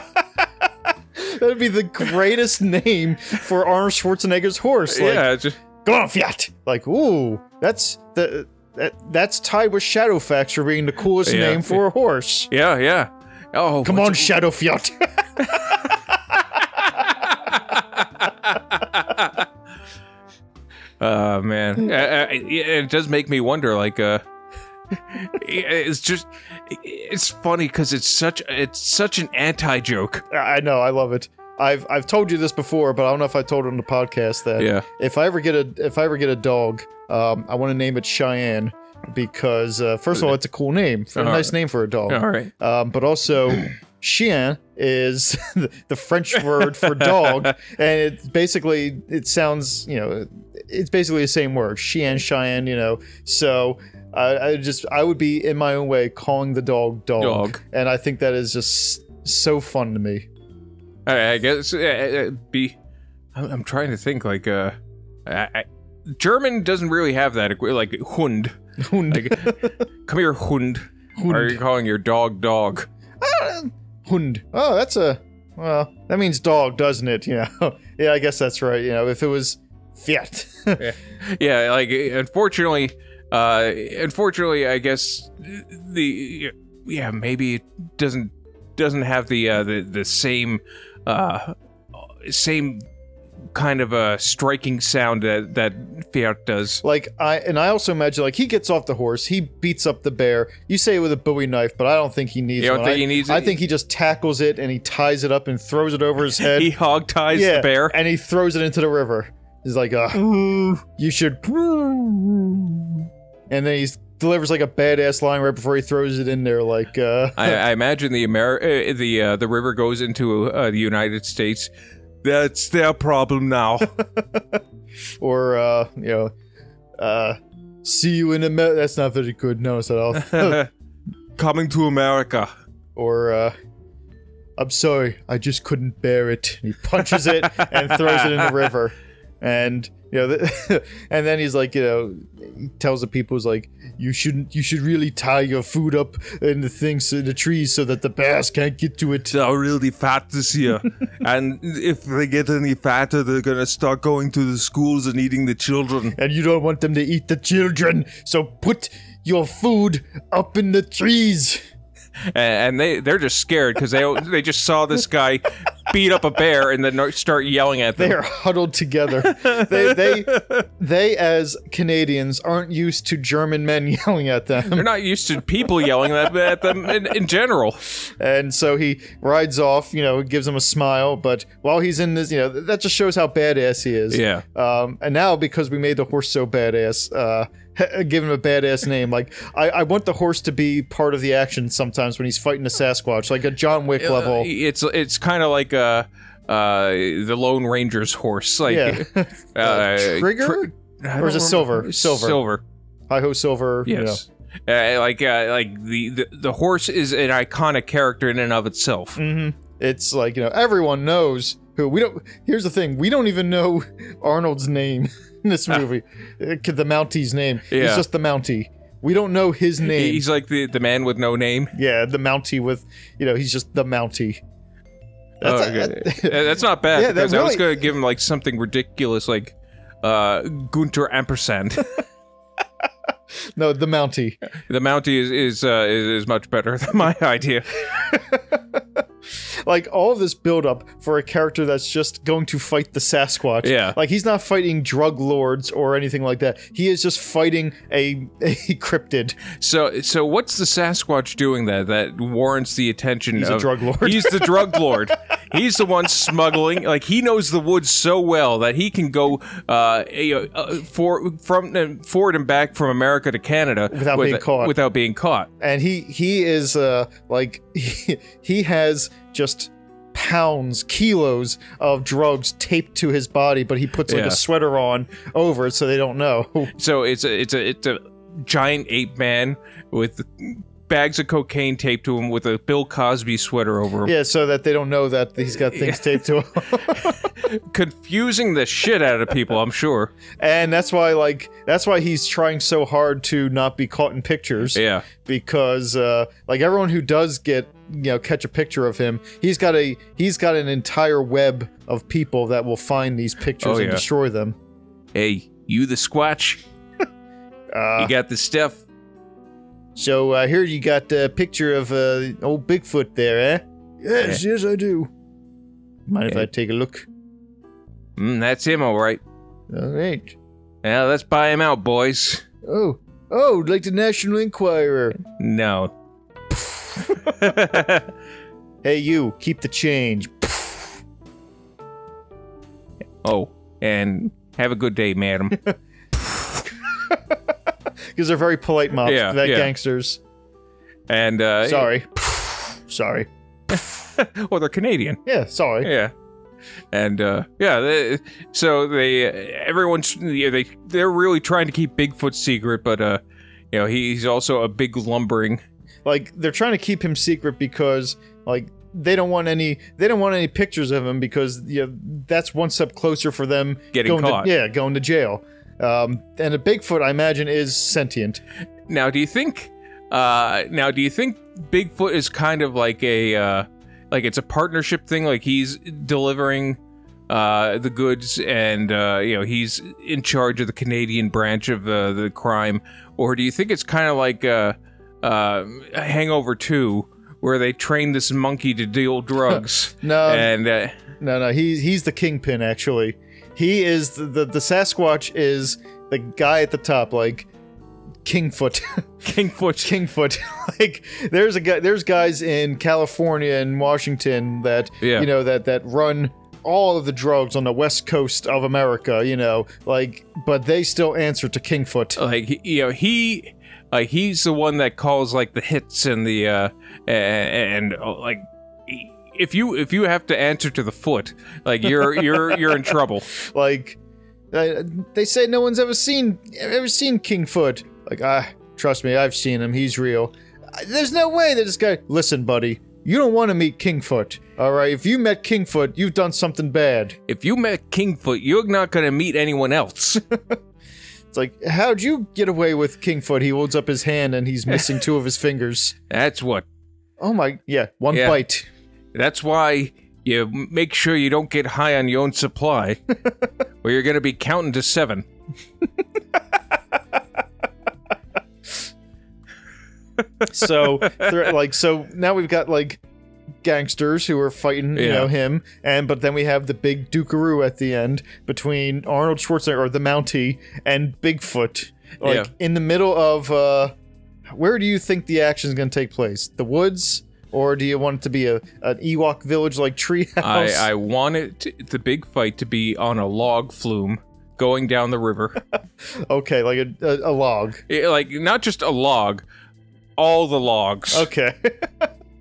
Speaker 1: That'd be the greatest <laughs> name for Arnold Schwarzenegger's horse. Like,
Speaker 2: yeah. it's just-
Speaker 1: go on, Fiat. Like, ooh, that's the. That, that's tied with Shadowfax for being the coolest
Speaker 2: Yeah.
Speaker 1: name for a horse.
Speaker 2: yeah. Yeah. Oh,
Speaker 1: Come
Speaker 2: what's-
Speaker 1: on, Shadow Fiat. <laughs>
Speaker 2: Oh man,
Speaker 1: Mm.
Speaker 2: Uh, uh, it it does make me wonder. Like, uh, <laughs> it's just, it's funny because it's such, it's such an anti joke.
Speaker 1: I know, I love it. I've I've told you this before, but I don't know if I told it on the podcast that
Speaker 2: Yeah,
Speaker 1: if I ever get a if I ever get a dog, um, I want to name it Cheyenne because uh, first of all, it's a cool name, a
Speaker 2: Uh-huh.
Speaker 1: nice name for a dog.
Speaker 2: all right.
Speaker 1: Um, but also,
Speaker 2: <clears throat>
Speaker 1: chien is <laughs> the, the French word for
Speaker 2: <laughs>
Speaker 1: dog, and it basically it sounds you know it's basically the same word, chien, Cheyenne. You know, so. I, I just I would be in my own way calling the dog dog,
Speaker 2: Dog.
Speaker 1: and I think that is just so fun to me.
Speaker 2: I, I guess uh, uh, be. I'm, I'm trying to think. Like, uh, I, I, German doesn't really have that. equi- Like Hund.
Speaker 1: Hund. <laughs>
Speaker 2: Like, come here, Hund.
Speaker 1: Hund.
Speaker 2: Are you calling your dog dog?
Speaker 1: Uh, Hund. Oh, that's a well. That means dog, doesn't it? <laughs> You know. yeah, I guess that's right. You know, if it was Fiat. <laughs>
Speaker 2: yeah like unfortunately uh unfortunately i guess the yeah maybe it doesn't doesn't have the uh the, the same uh same kind of a striking sound that that fiat does
Speaker 1: like I and I also imagine like he gets off the horse, he beats up the bear. You say it with a Bowie knife, but I don't think he needs.
Speaker 2: You don't
Speaker 1: one.
Speaker 2: think
Speaker 1: I,
Speaker 2: he needs
Speaker 1: I
Speaker 2: it?
Speaker 1: think he just tackles it and he ties it up and throws it over
Speaker 2: <laughs>
Speaker 1: his head.
Speaker 2: he hog ties
Speaker 1: yeah,
Speaker 2: the bear
Speaker 1: and he throws it into the river. He's like, "Ugh, you should." And then he delivers like a badass line right before he throws it in there, like, uh,
Speaker 2: I, I imagine the Ameri- uh, the uh, the river goes into uh, the United States. That's their problem now. <laughs>
Speaker 1: or uh, you know, uh, see you in America. That's not very good. No, it's at
Speaker 2: <laughs>
Speaker 1: all.
Speaker 2: Coming to America.
Speaker 1: or uh, I'm sorry, I just couldn't bear it. And he punches it and throws it in the river, and you know, the, <laughs> and then he's like, you know, he tells the people, he's like, you shouldn't, you should really tie your food up in the things in the trees so that the bears can't get to it.
Speaker 3: they are really fat this year. and if they get any fatter, they're going to start going to the schools and eating the children.
Speaker 1: And you don't want them to eat the children, so put your food up in the trees.
Speaker 2: and, and they they're just scared because they they just saw this guy beat up a bear and then start yelling at them.
Speaker 1: They
Speaker 2: <laughs>
Speaker 1: are huddled together. they, they, they, as Canadians, aren't used to German men <laughs> yelling at
Speaker 2: They're
Speaker 1: them.
Speaker 2: not used to people yelling at at them in, in general.
Speaker 1: And so he rides off, you know, gives him a smile. But while he's in this, you know, that just shows how badass he is.
Speaker 2: Yeah.
Speaker 1: Um, and now, because we made the horse so badass, uh, <laughs> give him a badass name. Like, I, I want the horse to be part of the action sometimes when he's fighting a Sasquatch, like a John Wick
Speaker 2: Uh,
Speaker 1: level.
Speaker 2: it's it's kind of like uh, uh, the Lone Ranger's horse, <laughs> like
Speaker 1: Yeah. <laughs>
Speaker 2: uh,
Speaker 1: Trigger?
Speaker 2: I
Speaker 1: Or is
Speaker 2: don't
Speaker 1: it silver?
Speaker 2: remember.
Speaker 1: Silver.
Speaker 2: Silver.
Speaker 1: Hi ho, Silver. you know.
Speaker 2: Yes. Uh, like uh, like the, the the horse is an iconic character in and of itself.
Speaker 1: hmm It's like you know everyone knows who we don't. Here's the thing: we don't even know <laughs> Arnold's name <laughs> in this movie. Uh, the Mountie's name. He's
Speaker 2: Ah. Yeah.
Speaker 1: just the Mountie. We don't know his name.
Speaker 2: He's like the, the man with no name.
Speaker 1: yeah, the Mountie with you know he's just the Mountie. That's,
Speaker 2: Oh,
Speaker 1: <laughs>
Speaker 2: okay. Uh, that's not bad
Speaker 1: Yeah, that
Speaker 2: because I was
Speaker 1: really-
Speaker 2: going to give him like something ridiculous like uh, Gunter ampersand. <laughs>
Speaker 1: no, the Mountie.
Speaker 2: the Mountie is is, uh, is is much better <laughs> than my idea.
Speaker 1: Like all of this buildup for a character that's just going to fight the Sasquatch.
Speaker 2: Yeah.
Speaker 1: Like he's not fighting drug lords or anything like that. He is just fighting a <laughs> a cryptid.
Speaker 2: So so what's the Sasquatch doing that that warrants the attention
Speaker 1: He's a
Speaker 2: of
Speaker 1: drug lord.
Speaker 2: He's the drug lord.
Speaker 1: <laughs>
Speaker 2: He's the one smuggling. Like he knows the woods so well that he can go uh, you know, uh for from uh, forward and back from America to Canada
Speaker 1: Without being caught.
Speaker 2: Without being caught.
Speaker 1: and he he is uh like <laughs> he, he has just pounds kilos of drugs taped to his body but he puts like
Speaker 2: Yeah.
Speaker 1: a sweater on over it so they don't know
Speaker 2: <laughs> So it's a it's a it's a giant ape man with bags of cocaine taped to him with a Bill Cosby sweater over him,
Speaker 1: yeah so that they don't know that he's got things taped to
Speaker 2: <laughs>
Speaker 1: him
Speaker 2: confusing the shit out of people.
Speaker 1: <laughs>
Speaker 2: I'm sure.
Speaker 1: and that's why like that's why he's trying so hard to not be caught in pictures
Speaker 2: Yeah.
Speaker 1: because uh like everyone who does get you know catch a picture of him he's got a he's got an entire web of people that will find these pictures
Speaker 2: Oh,
Speaker 1: and
Speaker 2: yeah.
Speaker 1: destroy them
Speaker 2: Hey, you the Squatch?
Speaker 1: uh,
Speaker 2: You got the stuff.
Speaker 1: So I hear you got a picture of uh, old Bigfoot there, eh? Yes, yes, I do. Eh. Mind if
Speaker 2: Yeah.
Speaker 1: I take a look?
Speaker 2: Mm, that's him, all right.
Speaker 1: All right.
Speaker 2: Now let's buy him out, boys.
Speaker 1: Oh, oh, like the National Enquirer.
Speaker 2: No. <laughs>
Speaker 1: Hey, you, keep the change.
Speaker 2: oh, and have a good day, madam.
Speaker 1: Because they're very polite mobs,
Speaker 2: Yeah,
Speaker 1: that
Speaker 2: yeah.
Speaker 1: gangsters.
Speaker 2: And uh
Speaker 1: Sorry. <sighs> sorry.
Speaker 2: well, they're Canadian.
Speaker 1: Yeah, sorry.
Speaker 2: Yeah. And uh yeah, they, so they uh, everyone's yeah, they they're really trying to keep Bigfoot secret, but uh you know, he's also a big lumbering.
Speaker 1: Like they're trying to keep him secret because like they don't want any they don't want any pictures of him because you know, that's one step closer for them
Speaker 2: Getting
Speaker 1: going to-
Speaker 2: caught.
Speaker 1: yeah, going to jail. Um, and a Bigfoot, I imagine, is sentient.
Speaker 2: Now, do you think uh now do you think Bigfoot is kind of like a uh like it's a partnership thing like he's delivering uh the goods and uh you know he's in charge of the Canadian branch of the the crime or do you think it's kind of like uh uh Hangover 2 where they train this monkey to deal drugs
Speaker 1: No,
Speaker 2: and uh, <laughs>
Speaker 1: No, no, he's he's the kingpin actually. He is the the, the Sasquatch is the guy at the top, like Kingfoot, <laughs>
Speaker 2: Kingfoot
Speaker 1: Kingfoot. <laughs> like there's a guy, there's guys in California and Washington that
Speaker 2: Yeah.
Speaker 1: you know that that run all of the drugs on the west coast of America. You know, like but they still answer to Kingfoot.
Speaker 2: like he- you know he like he's the one that calls like the hits and the uh a- and, uh, like he- if you if you have to answer to the foot like you're you're you're in trouble
Speaker 1: Like uh, they say, no one's ever seen ever seen Kingfoot. Like ah, trust me, I've seen him. He's real. Uh, There's no way that this guy. Listen, buddy, you don't want to meet Kingfoot. All right, if you met Kingfoot, you've done something bad.
Speaker 2: if you met kingfoot you're not gonna meet anyone else
Speaker 1: It's like, how'd you get away with Kingfoot? He holds up his hand and he's missing two of his fingers.
Speaker 2: that's what
Speaker 1: Oh my, yeah, one
Speaker 2: Yeah.
Speaker 1: bite.
Speaker 2: that's why you make sure you don't get high on your own supply or you're gonna be counting to seven
Speaker 1: So, they're- like, so now we've got like gangsters who are fighting, you
Speaker 2: Yeah.
Speaker 1: know, him. And but then we have the big Dukaroo at the end between Arnold Schwarzenegger or the Mountie and Bigfoot. Like
Speaker 2: Yeah.
Speaker 1: in the middle of uh where do you think the action's gonna take place? The woods? Or do you want it to be a an Ewok village like treehouse? <laughs>
Speaker 2: I, I want it to, the big fight to be on a log flume going down the river.
Speaker 1: okay, like a, a, a log.
Speaker 2: Yeah, like not just a log, all the
Speaker 1: <laughs>
Speaker 2: logs.
Speaker 1: Okay.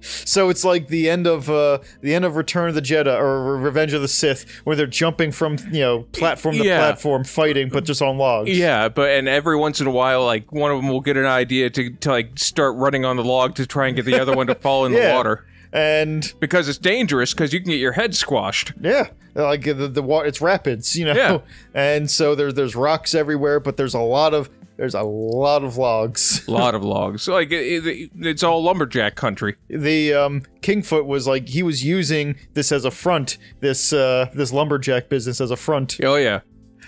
Speaker 1: so it's like the end of uh, the end of Return of the Jedi or Re- Revenge of the Sith, where they're jumping from you know platform to
Speaker 2: Yeah.
Speaker 1: platform, fighting, but just on logs.
Speaker 2: Yeah, but and every once in a while, like one of them will get an idea to, to like start running on the log to try and get the other one to fall in
Speaker 1: <laughs> Yeah.
Speaker 2: the water
Speaker 1: And
Speaker 2: because it's dangerous because you can get your
Speaker 1: <laughs>
Speaker 2: head squashed.
Speaker 1: yeah, like the the water, it's rapids, you know.
Speaker 2: Yeah.
Speaker 1: <laughs> And so there's there's rocks everywhere, but there's a lot of there's a lot of logs. <laughs>
Speaker 2: A lot of logs. So, Like it, it, it's all lumberjack country.
Speaker 1: The um, Kingfoot was like he was using this as a front, this uh, this lumberjack business as a front,
Speaker 2: Oh yeah,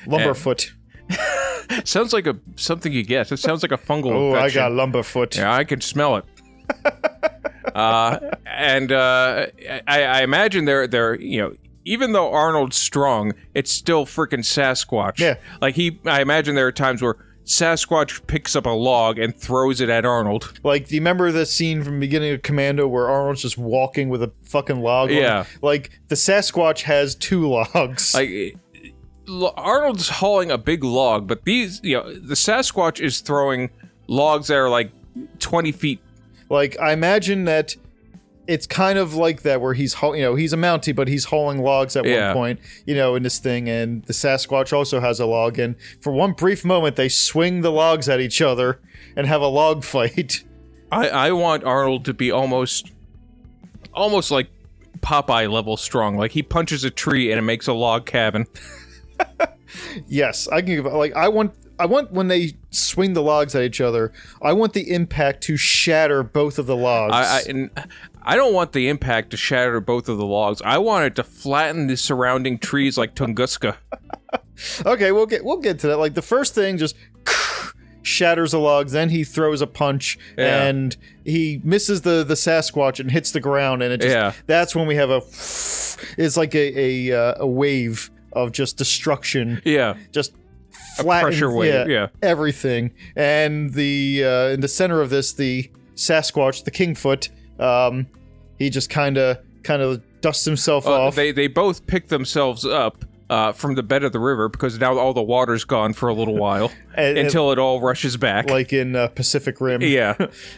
Speaker 1: lumberfoot.
Speaker 2: sounds like a something you get. It sounds like a fungal.
Speaker 1: Oh, I
Speaker 2: infection.
Speaker 1: got lumberfoot.
Speaker 2: Yeah, I can smell it. uh, and uh, I, I imagine they're they're you know even though Arnold's strong, it's still freaking Sasquatch.
Speaker 1: Yeah.
Speaker 2: like he. I imagine there are times where Sasquatch picks up a log and throws it at Arnold.
Speaker 1: Like, do you remember the scene from the beginning of Commando where Arnold's just walking with a fucking log? on-
Speaker 2: Yeah.
Speaker 1: Like, the Sasquatch has two <laughs> logs.
Speaker 2: Like. it- lo- Arnold's hauling a big log, but these, you know, the Sasquatch is throwing logs that are like 20 feet.
Speaker 1: like, I imagine that it's kind of like that where he's, haul- you know, he's a Mountie, but he's hauling logs at one
Speaker 2: Yeah.
Speaker 1: point, you know, in this thing. And the Sasquatch also has a log. And for one brief moment, they swing the logs at each other and have a log <laughs> fight.
Speaker 2: I, I want Arnold to be almost, almost like Popeye level strong. Like he punches a tree and it makes a log cabin.
Speaker 1: Yes, I can give like I want I want when they swing the logs at each other, I want the impact to shatter both of the logs.
Speaker 2: I, I and I don't want the impact to shatter both of the logs. I want it to flatten the surrounding trees like Tunguska.
Speaker 1: okay, we'll get we'll get to that. Like the first thing just <laughs> shatters the logs, then he throws a punch
Speaker 2: Yeah.
Speaker 1: and he misses the the Sasquatch and hits the ground and it just
Speaker 2: Yeah.
Speaker 1: that's when we have a it's like a a, uh, a wave of just destruction.
Speaker 2: Yeah,
Speaker 1: Just flat
Speaker 2: pressure wave, yeah.
Speaker 1: everything. And the uh, in the center of this, the Sasquatch, the Kingfoot, um, he just kind of kind of dusts himself
Speaker 2: Uh,
Speaker 1: off.
Speaker 2: they they both pick themselves up. Uh, from the bed of the river because now all the water's gone for a little while
Speaker 1: <laughs> And- and-
Speaker 2: until it all rushes back.
Speaker 1: like in uh, Pacific Rim. <laughs>
Speaker 2: yeah,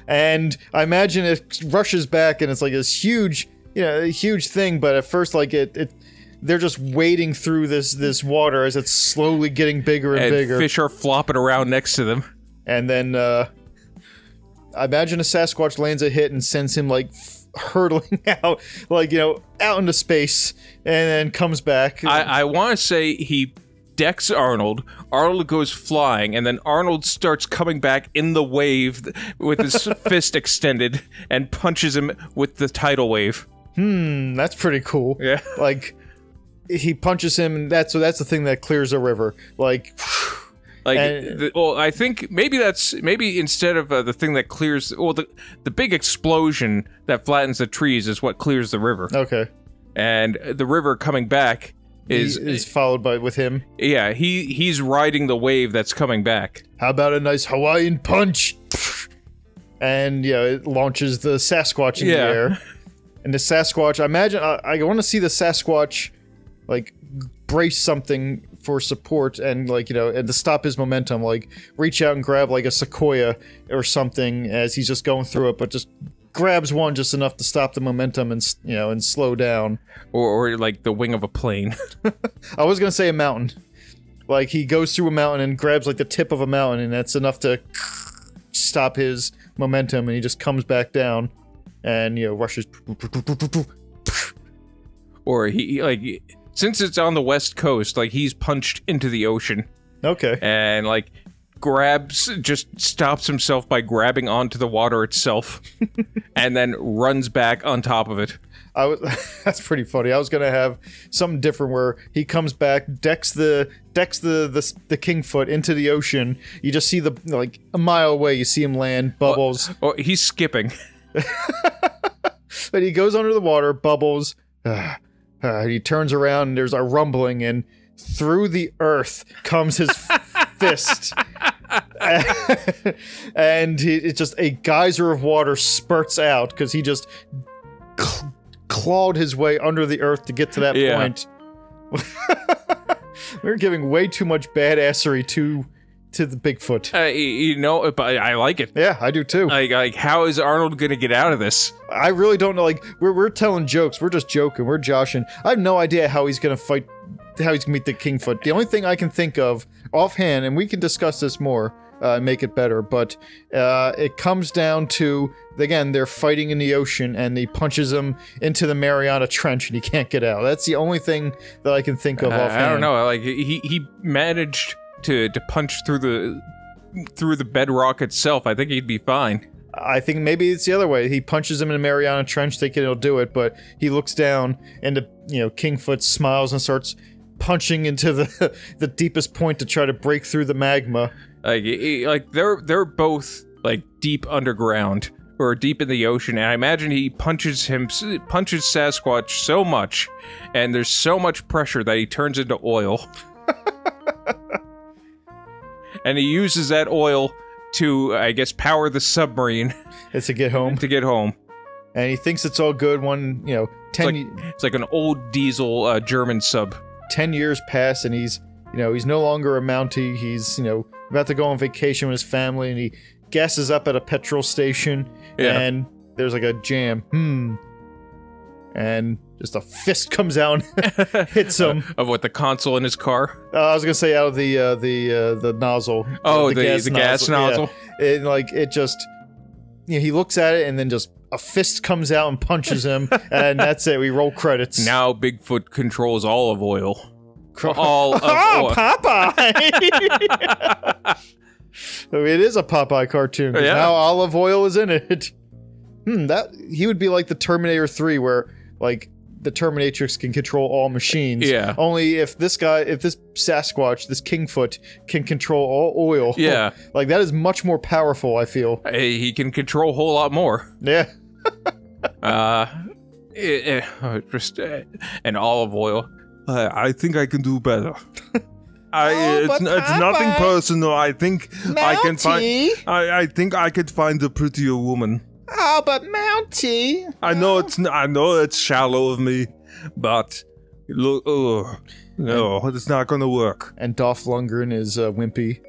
Speaker 1: And I imagine it rushes back, and it's like this huge, you know, a huge thing. But at first, like it, it, they're just wading through this this water as it's slowly getting bigger and,
Speaker 2: and
Speaker 1: bigger.
Speaker 2: fish are flopping around next to them.
Speaker 1: and then uh, I imagine a Sasquatch lands a hit and sends him like <laughs> f- hurtling out, like you know, out into space, and then comes back.
Speaker 2: I, I want to say he decks Arnold. Arnold goes flying, and then Arnold starts coming back in the wave th- with his fist extended and punches him with the tidal wave.
Speaker 1: Mm, that's pretty cool.
Speaker 2: Yeah.
Speaker 1: like he punches him, and that's so that's the thing that clears the river. Like,
Speaker 2: Like,
Speaker 1: And-
Speaker 2: the, well, I think maybe that's maybe instead of uh, the thing that clears, well, the the big explosion that flattens the trees is what clears the river,
Speaker 1: okay,
Speaker 2: and the river coming back
Speaker 1: is
Speaker 2: is,
Speaker 1: is followed by with him.
Speaker 2: yeah he he's riding the wave that's coming back.
Speaker 1: How about a nice Hawaiian punch? And yeah, it launches the Sasquatch in
Speaker 2: Yeah.
Speaker 1: the air. And the Sasquatch, I imagine, I, I want to see the Sasquatch like brace something for support and like, you know, and to stop his momentum, like reach out and grab like a sequoia or something as he's just going through it, but just grabs one just enough to stop the momentum and, s- you know, and slow down.
Speaker 2: Or, or like the wing of a plane.
Speaker 1: I was going to say a mountain. Like he goes through a mountain and grabs like the tip of a mountain, and that's enough to stop his momentum, and he just comes back down, and you know rushes.
Speaker 2: or he he, like since it's on the west coast like he's punched into the ocean
Speaker 1: Okay,
Speaker 2: and like grabs just stops himself by grabbing onto the water itself and then runs back on top of it
Speaker 1: I was <laughs> that's pretty funny. I was gonna have something different where he comes back, decks the decks the the, the kingfoot into the ocean. You just see the like
Speaker 2: Oh,
Speaker 1: a mile away, you see him land, bubbles.
Speaker 2: or he's skipping
Speaker 1: But he goes under the water, bubbles. <sighs> ah, ah, and he turns around, and there's a rumbling, and through the earth comes his fist. <laughs> and he, it's just a geyser of water spurts out because he just cl- clawed his way under the earth to get to that
Speaker 2: Yeah.
Speaker 1: point. <laughs> We're giving way too much badassery to to the Bigfoot.
Speaker 2: <laughs> Uh, y- you know, but I like it.
Speaker 1: Yeah, I do too.
Speaker 2: Like, like, how is Arnold gonna get out of this?
Speaker 1: I really don't know. Like we're we're telling jokes. We're just joking. We're joshing. I have no idea how he's gonna fight. How he's gonna meet the Kingfoot. The only thing I can think of offhand, and we can discuss this more uh, and make it better, but uh, it comes down to again they're fighting in the ocean, and he punches him into the Mariana Trench, and he can't get out. That's the only thing that I can think of
Speaker 2: Uh,
Speaker 1: offhand.
Speaker 2: I don't know. Like, he he managed to to punch through the through the bedrock itself. I think he'd be fine.
Speaker 1: I think maybe it's the other way. He punches him in the Mariana Trench, thinking he'll do it, but he looks down and the you know Kingfoot smiles and starts punching into the <laughs> the deepest point to try to break through the magma.
Speaker 2: Like, i- i- like they're they're both like deep underground or deep in the ocean, and I imagine he punches him punches Sasquatch so much, and there's so much pressure that he turns into <laughs> oil, and he uses that oil to, I guess, power the submarine <laughs>
Speaker 1: It's a get home,
Speaker 2: to get home.
Speaker 1: and he thinks it's all good. One you know ten
Speaker 2: It's like an old diesel uh, German sub.
Speaker 1: 10 years pass and he's you know he's no longer a mountie he's you know about to go on vacation with his family and he gasses up at a petrol station
Speaker 2: Yeah.
Speaker 1: and there's like a jam hmm and just a fist comes out and <laughs> hits
Speaker 2: <laughs>
Speaker 1: him
Speaker 2: of what the console in his car.
Speaker 1: Uh, I was gonna say out of the uh, the uh, the nozzle.
Speaker 2: Oh, the, the gas,
Speaker 1: yeah.
Speaker 2: nozzle.
Speaker 1: And like it just, you know, he looks at it and then just a fist comes out and punches
Speaker 2: <laughs>
Speaker 1: him, and that's it. We roll credits.
Speaker 2: Now Bigfoot controls all of oil.
Speaker 1: Cro-
Speaker 2: <laughs> All of
Speaker 1: oh,
Speaker 2: oil.
Speaker 1: Popeye! <laughs> I mean, it is a Popeye cartoon. 'cause
Speaker 2: Yeah.
Speaker 1: Now olive oil is in it. <laughs> Hmm. That he would be like the Terminator Three, where like the Terminatrix can control all machines.
Speaker 2: Yeah.
Speaker 1: Only if this guy, if this Sasquatch, this Kingfoot, can control all oil. <laughs>
Speaker 2: Yeah,
Speaker 1: Like that is much more powerful. I feel. <laughs>
Speaker 2: Uh, he can control a whole lot more.
Speaker 1: Yeah.
Speaker 2: Uh, eh, eh, uh, just uh, an olive oil.
Speaker 3: I, I think I can do
Speaker 1: <laughs>
Speaker 3: better. I,
Speaker 1: Oh,
Speaker 3: it's,
Speaker 1: but
Speaker 3: it's nothing
Speaker 1: Popeye-
Speaker 3: personal. I think I can find.
Speaker 1: Mountie?
Speaker 3: I, I think I could find a prettier woman.
Speaker 1: Oh, but Mountie.
Speaker 3: I know it's. n- I know it's shallow of me, but look. Oh, no, it's not gonna work.
Speaker 1: And Dolph Lundgren is uh, wimpy.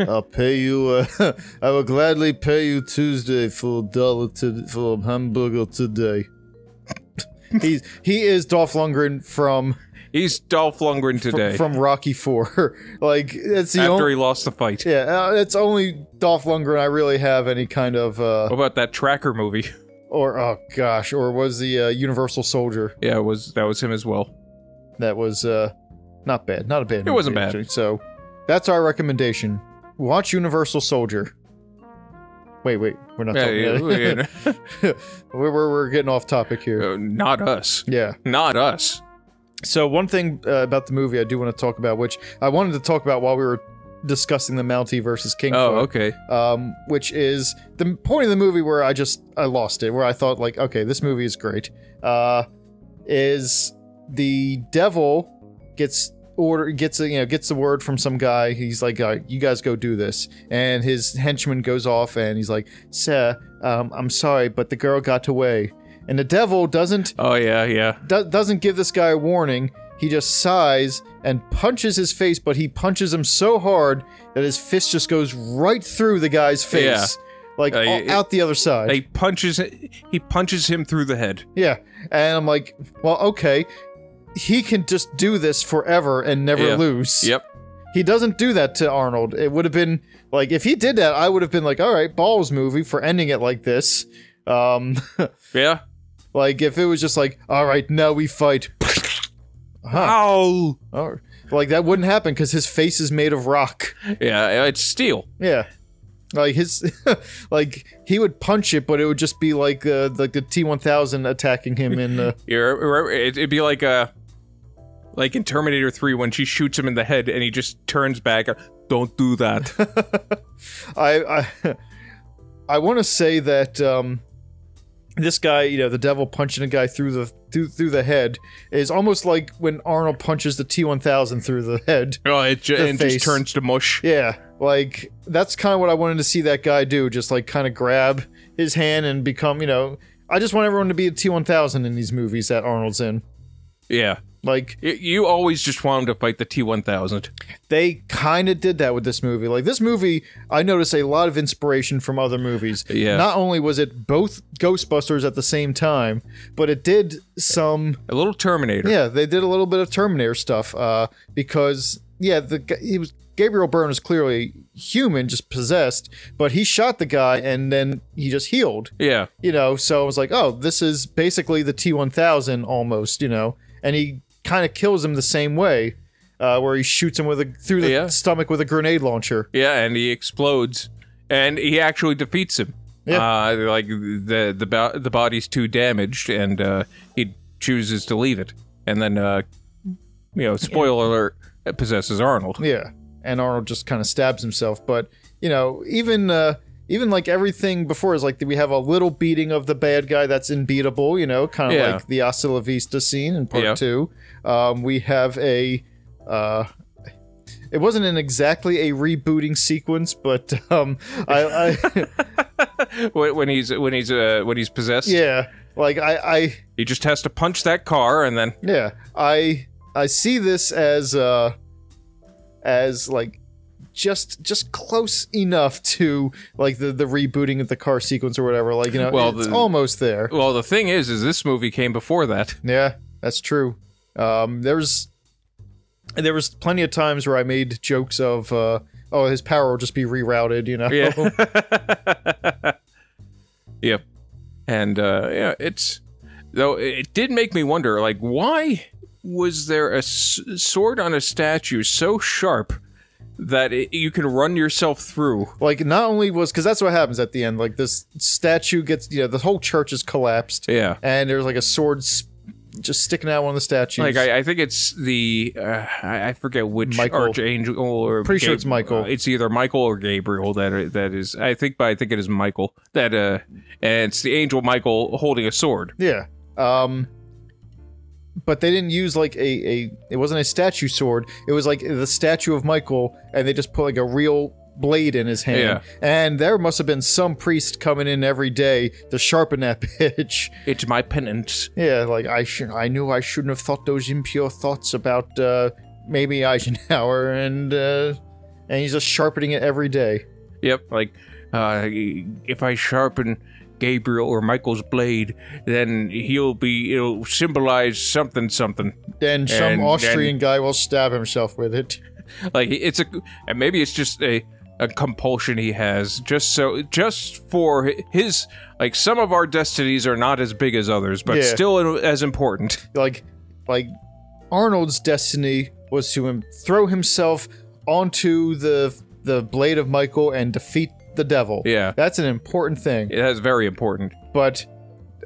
Speaker 1: I'll pay you. Uh, <laughs> I will gladly pay you Tuesday for a dollar to for a hamburger today. <laughs> He's he is Dolph Lundgren from
Speaker 2: He's Dolph Lundgren today.
Speaker 1: from Rocky Four. <laughs> like that's the
Speaker 2: after
Speaker 1: only
Speaker 2: he lost the fight.
Speaker 1: yeah. Uh, it's only Dolph Lundgren I really have any kind of uh,
Speaker 2: What about that tracker movie?
Speaker 1: or oh gosh or was the uh, Universal Soldier.
Speaker 2: Yeah, it was that was him as well.
Speaker 1: that was uh not bad not a bad
Speaker 2: It wasn't
Speaker 1: movie,
Speaker 2: bad.
Speaker 1: actually. so that's our recommendation watch universal soldier wait wait we're not
Speaker 2: Yeah,
Speaker 1: talking
Speaker 2: yeah,
Speaker 1: about it. <laughs> we're, we're, we're getting off topic here
Speaker 2: Uh, not us.
Speaker 1: yeah
Speaker 2: Not us.
Speaker 1: so one thing uh, about the movie i do want to talk about which i wanted to talk about while we were discussing the mountie versus king
Speaker 2: Oh, okay.
Speaker 1: um, which is the point of the movie where I just I lost it, where I thought like, okay, this movie is great. Uh, is the devil gets order gets a, you know gets the word from some guy. He's like, uh, you guys go do this, and his henchman goes off, and he's like, sir, um, I'm sorry, but the girl got away, and the devil doesn't
Speaker 2: Oh yeah, yeah.
Speaker 1: do- doesn't give this guy a warning. He just sighs and punches his face, but he punches him so hard that his fist just goes right through the guy's face,
Speaker 2: Yeah.
Speaker 1: like
Speaker 2: Uh,
Speaker 1: all-
Speaker 2: it-
Speaker 1: out the other side.
Speaker 2: He punches he punches him through the head.
Speaker 1: yeah, and I'm like, well, okay, he can just do this forever and never
Speaker 2: Yeah.
Speaker 1: lose.
Speaker 2: Yep.
Speaker 1: He doesn't do that to Arnold. It would have been like if he did that, I would have been like, all right, balls movie for ending it like this. Um, <laughs>
Speaker 2: Yeah.
Speaker 1: like if it was just like, all right, now we fight. <laughs> Huh.
Speaker 3: Ow!
Speaker 1: Oh, like that wouldn't happen because his face is made of rock.
Speaker 2: Yeah, it's steel.
Speaker 1: Yeah, like his, <laughs> like he would punch it, but it would just be like uh, like the T one thousand attacking him in. Uh, <laughs>
Speaker 2: You're, remember- it- it'd be like uh like in Terminator 3 when she shoots him in the head and he just turns back. uh, Don't do that.
Speaker 1: I I, I want to say that um, this guy, you know, the devil punching a guy through the through, through the head is almost like when Arnold punches the T1000 through the head.
Speaker 2: <laughs> Oh, it, ju-
Speaker 1: The
Speaker 2: and just
Speaker 1: face.
Speaker 2: turns to mush.
Speaker 1: Yeah, like that's kind of what I wanted to see that guy do, just like kind of grab his hand and become, you know, I just want everyone to be a T1000 in these movies that Arnold's in.
Speaker 2: Yeah.
Speaker 1: Like
Speaker 2: Y- You always just want him to fight the T1000.
Speaker 1: they kind of did that with this movie. Like this movie, I noticed a lot of inspiration from other movies.
Speaker 2: Yeah.
Speaker 1: Not only was it both Ghostbusters at the same time, but it did some
Speaker 2: A little Terminator.
Speaker 1: Yeah, they did a little bit of Terminator stuff uh, because yeah, the gu- he was Gabriel Byrne is clearly human, just possessed, but he shot the guy and then he just healed.
Speaker 2: Yeah.
Speaker 1: You know, so I was like, oh, this is basically the T1000 almost. You know, and he kind of kills him the same way, uh, where he shoots him with a through the
Speaker 2: Yeah.
Speaker 1: stomach with a grenade launcher.
Speaker 2: Yeah, and he explodes, and he actually defeats him.
Speaker 1: Yeah.
Speaker 2: Uh, like the the bo- the body's too damaged, and uh, he chooses to leave it. And then, uh, you know, spoiler alert, it
Speaker 1: <laughs>
Speaker 2: possesses Arnold.
Speaker 1: Yeah, and Arnold just kind of stabs himself. But you know, even uh, even like everything before is like we have a little beating of the bad guy that's unbeatable. You know, kind of
Speaker 2: Yeah.
Speaker 1: like the Hasta La Vista scene in part
Speaker 2: Yeah.
Speaker 1: two. Um, we have a. Uh, it wasn't an exactly a rebooting sequence, but um, I,
Speaker 2: <laughs>
Speaker 1: I
Speaker 2: When, when he's when he's uh, when he's possessed,
Speaker 1: yeah, like I, I
Speaker 2: he just has to punch that car, and then
Speaker 1: Yeah, I I see this as uh as like just just close enough to like the the rebooting of the car sequence or whatever. Like you know,
Speaker 2: Well,
Speaker 1: it's
Speaker 2: the-
Speaker 1: almost there.
Speaker 2: well, the thing is, is this movie came before that.
Speaker 1: Yeah, that's true. Um, there's there was plenty of times where I made jokes of uh, oh his power will just be rerouted. You know,
Speaker 2: Yeah. <laughs> yep. And uh, yeah, it's though it did make me wonder, like, why was there a s- sword on a statue so sharp that it, you can run yourself through?
Speaker 1: <laughs> like not only was because that's what happens at the end. Like this statue gets you know the whole church is collapsed
Speaker 2: Yeah.
Speaker 1: and there's like a sword s- just sticking out one of the statues.
Speaker 2: Like I, I think it's the uh, I I forget which
Speaker 1: Michael.
Speaker 2: archangel or
Speaker 1: Pretty sure it's Michael.
Speaker 2: uh, it's either Michael or Gabriel that are, that is. I think, but I think it is Michael that uh, and it's the angel Michael holding a sword.
Speaker 1: Yeah. Um but they didn't use like a, a it wasn't a statue sword. It was like the statue of Michael and they just put like a real blade in his hand.
Speaker 2: Yeah.
Speaker 1: And there must have been some priest coming in every day to sharpen that <laughs> bitch.
Speaker 2: It's my penance.
Speaker 1: Yeah, like I should I knew I shouldn't have thought those impure thoughts about uh maybe Eisenhower and uh and he's just sharpening it every day.
Speaker 2: Yep. Like, uh, if I sharpen Gabriel or Michael's blade, then he'll be, it'll symbolize something, something.
Speaker 1: Then some
Speaker 2: And-
Speaker 1: Austrian guy will stab himself with it.
Speaker 2: Like, it's a, and maybe it's just a, a compulsion he has just so just for hi- his like some of our destinies are not as big as others but
Speaker 1: Yeah.
Speaker 2: still as important
Speaker 1: like like Arnold's destiny was to him throw himself onto the the blade of Michael and defeat the devil.
Speaker 2: yeah
Speaker 1: That's an important thing.
Speaker 2: that's very important
Speaker 1: But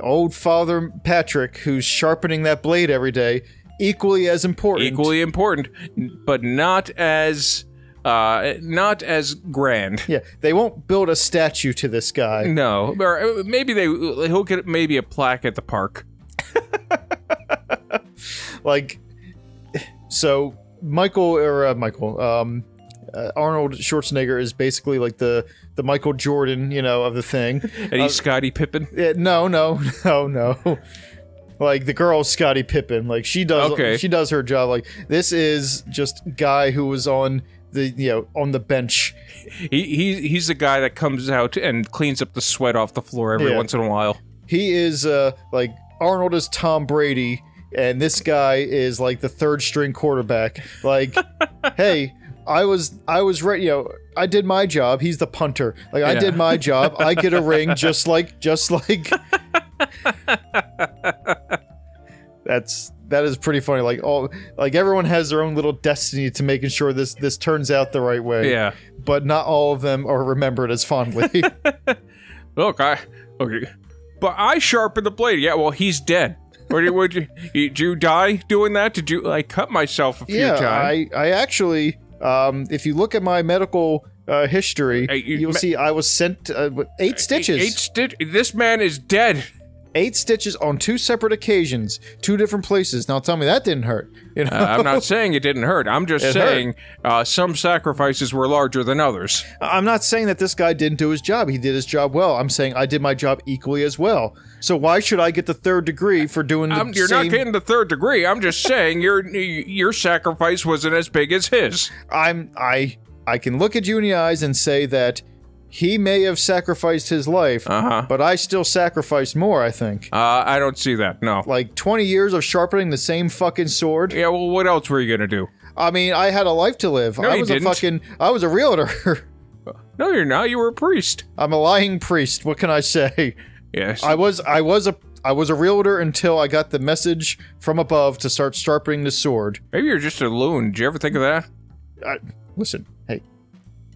Speaker 1: old Father Patrick, who's sharpening that blade every day, equally as important.
Speaker 2: equally important but not as uh not as grand
Speaker 1: Yeah, they won't build a statue to this guy.
Speaker 2: No, or uh, maybe they he'll get maybe a plaque at the park. Mm.
Speaker 1: Like, so Michael or uh, Michael, um, uh, Arnold Schwarzenegger is basically like the the Michael Jordan, you know, of the thing.
Speaker 2: <laughs> And he's
Speaker 1: Uh,
Speaker 2: Scotty Pippen.
Speaker 1: Yeah, no, no, <laughs> no, no. Like the girl Scotty Pippen, like she does
Speaker 2: Okay.
Speaker 1: she does her job. Like this is just guy who was on the you know on the bench.
Speaker 2: He, he he's the guy that comes out and cleans up the sweat off the floor every
Speaker 1: Yeah.
Speaker 2: once in a while.
Speaker 1: He is uh like Arnold is Tom Brady and this guy is like the third string quarterback. Like
Speaker 2: <laughs>
Speaker 1: hey, I was I was ready, you know, I did my job. He's the punter. Like I
Speaker 2: Yeah.
Speaker 1: did my job. I get a
Speaker 2: <laughs>
Speaker 1: ring just like just like that's that is pretty funny like all like everyone has their own little destiny to making sure this this turns out the right way
Speaker 2: Yeah.
Speaker 1: but not all of them are remembered as
Speaker 2: <laughs>
Speaker 1: fondly
Speaker 2: Look, I okay, but I sharpened the blade. Yeah. Well, he's dead. Or did, would you, did you die doing that? Did you I cut myself a few
Speaker 1: yeah
Speaker 2: times?
Speaker 1: i i actually um if you look at my medical uh, history
Speaker 2: Hey, you
Speaker 1: you will
Speaker 2: me-
Speaker 1: see i was sent uh, with eight stitches
Speaker 2: Eight stitch. This man is dead.
Speaker 1: eight stitches on two separate occasions, two different places. Now tell me that didn't hurt. You <laughs> know,
Speaker 2: Uh, I'm not saying it didn't hurt. I'm just
Speaker 1: It hurt.
Speaker 2: saying uh, some sacrifices were larger than others.
Speaker 1: I'm not saying that this guy didn't do his job. He did his job well. I'm saying I did my job equally as well. So why should I get the third degree for doing the
Speaker 2: I'm, you're
Speaker 1: same?
Speaker 2: not getting the third degree. I'm just saying your your sacrifice wasn't as big as his.
Speaker 1: I'm I I can look at you in the eyes and say that he may have sacrificed his life,
Speaker 2: Uh-huh.
Speaker 1: but I still sacrificed more. I think
Speaker 2: Uh, I don't see that. No.
Speaker 1: like 20 years of sharpening the same fucking sword.
Speaker 2: Yeah. Well, what else were you gonna do?
Speaker 1: I mean, I had a life to live.
Speaker 2: No,
Speaker 1: I
Speaker 2: you
Speaker 1: was
Speaker 2: didn't.
Speaker 1: a fucking I was a realtor. <laughs>
Speaker 2: No, you're not. You were a priest.
Speaker 1: I'm a lying priest. What can I say?
Speaker 2: Yes.
Speaker 1: I was I was a I was a realtor until I got the message from above to start sharpening the sword.
Speaker 2: Maybe you're just a loon. Did you ever think of that?
Speaker 1: I, listen, hey,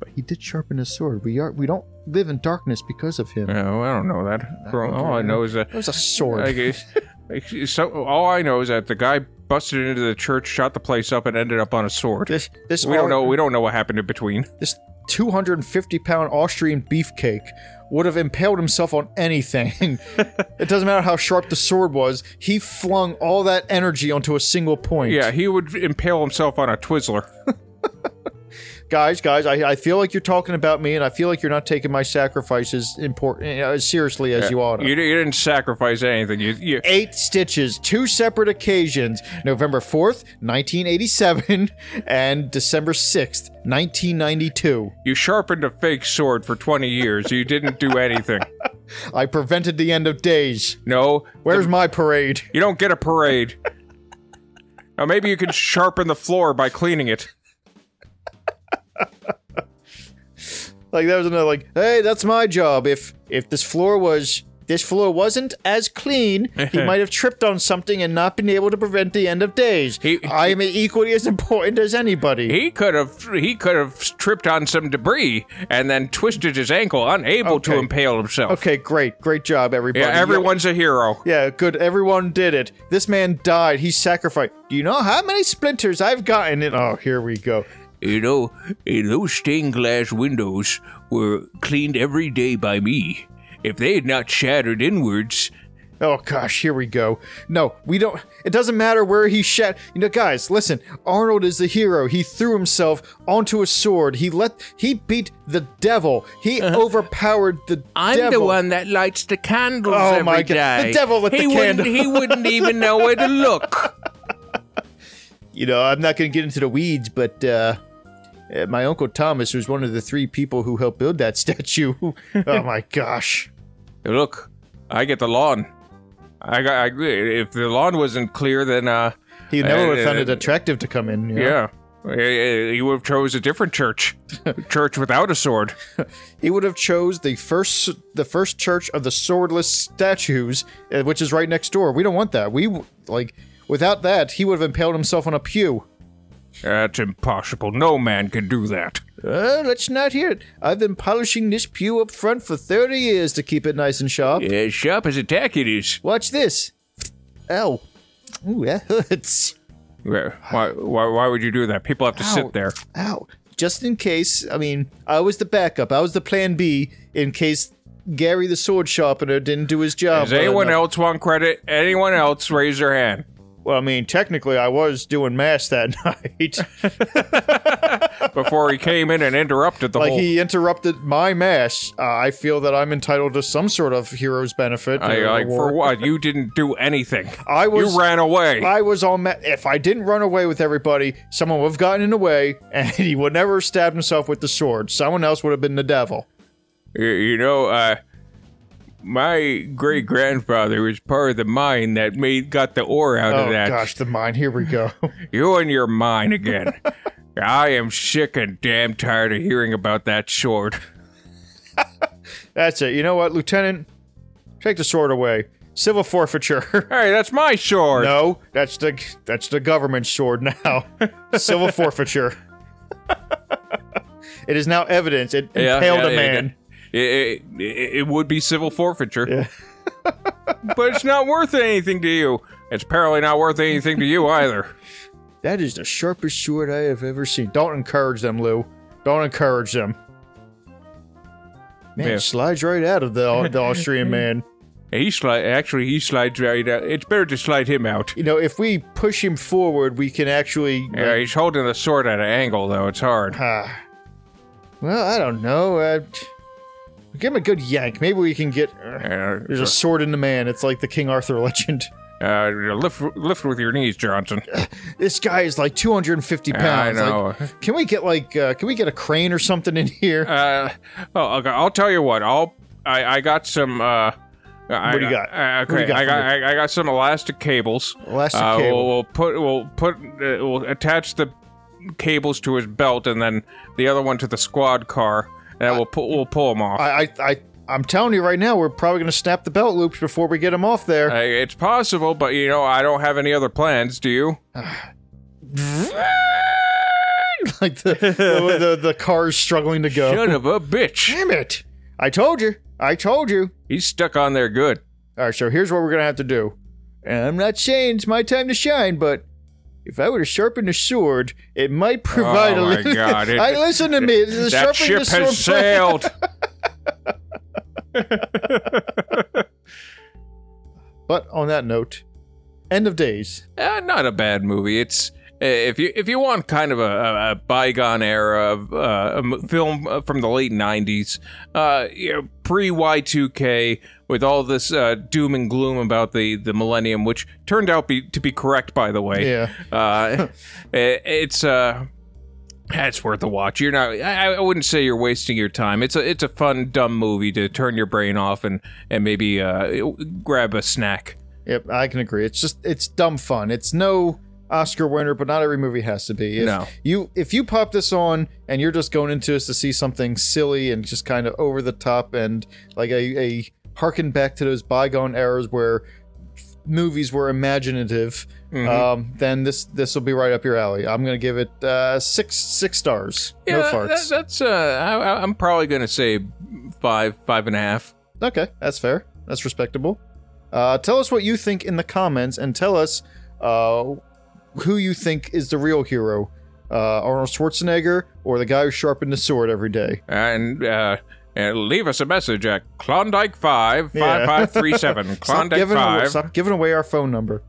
Speaker 1: but he did sharpen his sword. We are we don't live in darkness because of him.
Speaker 2: No, I don't know that. For All I know is that
Speaker 1: It was a sword.
Speaker 2: like, it's- like, so all I know is that the guy busted into the church, shot the place up, and ended up on a sword.
Speaker 1: this this
Speaker 2: We don't
Speaker 1: Au-
Speaker 2: know. We don't know what happened in between.
Speaker 1: this 250 pound Austrian beefcake would have impaled himself on
Speaker 2: <laughs>
Speaker 1: anything. it doesn't matter how sharp the sword was. He flung all that energy onto a single point.
Speaker 2: Yeah, he would impale himself on a Twizzler.
Speaker 1: guys, guys, I, I feel like you're talking about me, and I feel like you're not taking my sacrifices important uh, seriously as you ought to.
Speaker 2: You, you didn't sacrifice anything. You, you
Speaker 1: Eight stitches, two separate occasions, November 4th, 1987, <laughs> and December 6th, 1992.
Speaker 2: you sharpened a fake sword for 20 years. You didn't do anything.
Speaker 1: I prevented the end of days.
Speaker 2: No,
Speaker 1: Where's my parade?
Speaker 2: you don't get a parade. Now maybe you can sharpen the floor by cleaning it.
Speaker 1: Like that was another like, hey, that's my job. If if this floor was this floor wasn't as
Speaker 2: <laughs>
Speaker 1: clean, he might have tripped on something and not been able to prevent the end of days.
Speaker 2: He-
Speaker 1: I am equally as <laughs> important as anybody.
Speaker 2: He could have he could have tripped on some debris and then twisted his ankle, unable to
Speaker 1: Okay.
Speaker 2: impale himself.
Speaker 1: okay, great, great job, everybody.
Speaker 2: Yeah, everyone's a hero.
Speaker 1: Yeah, good. Everyone did it. This man died. He sacrificed. Do you know how many splinters I've gotten? In oh, here we go.
Speaker 2: You know, eh, those stained glass windows were cleaned every day by me. If they had not shattered inwards,
Speaker 1: Oh gosh, here we go. No, we don't. It doesn't matter where he shat. You know, guys, listen. Arnold is the hero. He threw himself onto a sword. He let. He beat the devil. He overpowered the
Speaker 2: Uh-huh. I'm
Speaker 1: devil.
Speaker 2: the one that lights the candles
Speaker 1: Oh
Speaker 2: every
Speaker 1: my God. The
Speaker 2: day.
Speaker 1: devil lit
Speaker 2: he
Speaker 1: the
Speaker 2: wouldn't,
Speaker 1: candle.
Speaker 2: He wouldn't even know where
Speaker 1: <laughs>
Speaker 2: to look.
Speaker 1: You know, I'm not going to get into the weeds, but uh, uh, my uncle Thomas was one of the three people who helped build that <laughs> statue. oh my gosh.
Speaker 2: Look, I get the lawn. I got. I, if the lawn wasn't clear, then uh, <laughs>
Speaker 1: He never would have found
Speaker 2: Uh,
Speaker 1: it attractive to come in. you know?
Speaker 2: yeah, Eh, you would have chose a different church, <laughs> church without a sword.
Speaker 1: he would have chose the first the first church of the swordless statues uh, which is right next door we don't want that we w- like without that he would have impaled himself on a pew
Speaker 2: That's impossible. No man can do that.
Speaker 1: uh, let's not hear it i've been polishing this pew up front for 30 years to keep it nice and sharp
Speaker 2: Yeah, sharp as a tack it is.
Speaker 1: watch this ow ooh that hurts
Speaker 2: Why, why, why would you do that? People have to
Speaker 1: Ow.
Speaker 2: sit there.
Speaker 1: ow just in case i mean i was the backup i was the plan b in case gary the sword sharpener didn't do his job
Speaker 2: Does
Speaker 1: well
Speaker 2: anyone
Speaker 1: enough.
Speaker 2: else want credit? Anyone else raise their hand?
Speaker 1: well i mean technically i was doing mass that <laughs> night
Speaker 2: Before he came in and interrupted the
Speaker 1: like
Speaker 2: whole.
Speaker 1: he interrupted my mass. Uh, I feel that I'm entitled to some sort of hero's benefit.
Speaker 2: I,
Speaker 1: or
Speaker 2: like for
Speaker 1: reward.
Speaker 2: what? You didn't do anything.
Speaker 1: I was-
Speaker 2: You ran away.
Speaker 1: I was on. Ma- if I didn't run away with everybody, someone would have gotten in the way, <laughs> and he would never have stabbed himself with the sword. Someone else would have been the devil.
Speaker 2: You- You know, uh, my great grandfather was part of the mine that made got the ore out
Speaker 1: Oh
Speaker 2: of that.
Speaker 1: gosh, the mine. Here we go. <laughs>
Speaker 2: You and your mine again. I am sick and damn tired of hearing about that sword.
Speaker 1: That's it. You know what, Lieutenant? Take the sword away. Civil forfeiture. <laughs>
Speaker 2: Hey, that's my sword.
Speaker 1: no, that's the that's the government sword
Speaker 2: <laughs>
Speaker 1: now. Civil forfeiture. it is now evidence. It
Speaker 2: Yeah,
Speaker 1: impaled
Speaker 2: yeah,
Speaker 1: a
Speaker 2: yeah,
Speaker 1: man.
Speaker 2: yeah. It, it- it would be civil forfeiture.
Speaker 1: Yeah.
Speaker 2: but it's not worth anything to you. It's apparently not worth anything
Speaker 1: <laughs>
Speaker 2: to you either.
Speaker 1: That is the sharpest sword I have ever seen. Don't encourage them, Lou. Don't encourage them. Man,
Speaker 2: Yeah.
Speaker 1: it slides right out of the, the Austrian man.
Speaker 2: And he slide. Actually, he slides right out. It's better to slide him out.
Speaker 1: You know, if we push him forward, we can actually. like,
Speaker 2: Yeah, he's holding the sword at an angle, though. It's hard.
Speaker 1: ah. well, I don't know. Uh, give him a good yank. Maybe we can get.
Speaker 2: Uh,
Speaker 1: There's a sword in the man. It's like the King Arthur <laughs> legend.
Speaker 2: uh, lift, lift with your
Speaker 1: <laughs>
Speaker 2: knees, Johnson.
Speaker 1: This guy is like 250
Speaker 2: Yeah, I
Speaker 1: pounds. Like,
Speaker 2: know.
Speaker 1: can we get like? Uh, can we get a crane or something in here?
Speaker 2: Uh, oh, okay, I'll tell you what. I'll. I, I got some. Uh, I,
Speaker 1: What do you got?
Speaker 2: I, okay,
Speaker 1: What do you got
Speaker 2: I
Speaker 1: for
Speaker 2: got. I, I got some elastic cables.
Speaker 1: Elastic
Speaker 2: uh,
Speaker 1: cable.
Speaker 2: We'll, we'll put. We'll put. Uh, we'll attach the cables to his belt, and then the other one to the squad car, and we'll pull. We'll pull them off.
Speaker 1: I, I, I, I'm telling you right now, we're probably gonna snap the belt loops before we get him off there.
Speaker 2: Uh, it's possible, but you know, I don't have any other plans. Do you?
Speaker 1: <laughs> like the, the, the the car's struggling to go.
Speaker 2: Son of a bitch!
Speaker 1: Damn it! I told you. I told you.
Speaker 2: He's stuck on there good.
Speaker 1: All right, so here's what we're gonna have to do. And I'm not saying it's my time to shine, but if I were to sharpen the sword, it might provide
Speaker 2: Oh
Speaker 1: a
Speaker 2: my
Speaker 1: little. <laughs>
Speaker 2: God, it-
Speaker 1: I listen to me. The sharpening
Speaker 2: that ship
Speaker 1: the sword <laughs>
Speaker 2: has sailed.
Speaker 1: But on that note, end of days.
Speaker 2: Uh, not a bad movie. It's uh, if you if you want kind of a, a, a bygone era of uh, a m- film uh, from the late '90s, uh, you know, pre Y2K, with all this uh, doom and gloom about the the millennium, which turned out be, to be correct, by the way.
Speaker 1: Yeah.
Speaker 2: Uh, it, it's uh, it's worth a watch. You're not. I, I wouldn't say you're wasting your time. It's a it's a fun dumb movie to turn your brain off and and maybe uh, grab a snack.
Speaker 1: Yep, I can agree. It's just it's dumb fun. It's no Oscar winner, but not every movie has to be. If
Speaker 2: No.
Speaker 1: You if you pop this on and you're just going into this to see something silly and just kind of over the top and like a, a harken back to those bygone eras where f- movies were imaginative,
Speaker 2: Mhm.
Speaker 1: um, then this this will be right up your alley. I'm gonna give it uh, six six stars. no
Speaker 2: that-
Speaker 1: farts.
Speaker 2: that- that's uh, I, I- I'm probably gonna say five, five and a half.
Speaker 1: Okay, that's fair. That's respectable. Uh, tell us what you think in the comments and tell us uh, who you think is the real hero uh, Arnold Schwarzenegger or the guy who sharpened the sword every day.
Speaker 2: And uh, and leave us a message at Klondike five
Speaker 1: Yeah.
Speaker 2: five five three seven
Speaker 1: <laughs> Stop
Speaker 2: Klondike
Speaker 1: giving, away,
Speaker 2: five.
Speaker 1: stop giving away our phone number.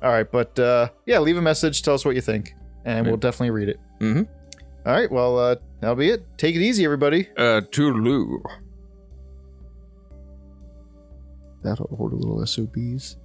Speaker 1: All right, but uh, yeah, leave a message. Tell us what you think, and we'll definitely read it.
Speaker 2: Mhm.
Speaker 1: All right, well, uh, that'll be it. Take it easy, everybody.
Speaker 2: Uh, Toodaloo.
Speaker 1: That'll hold a little SOBs.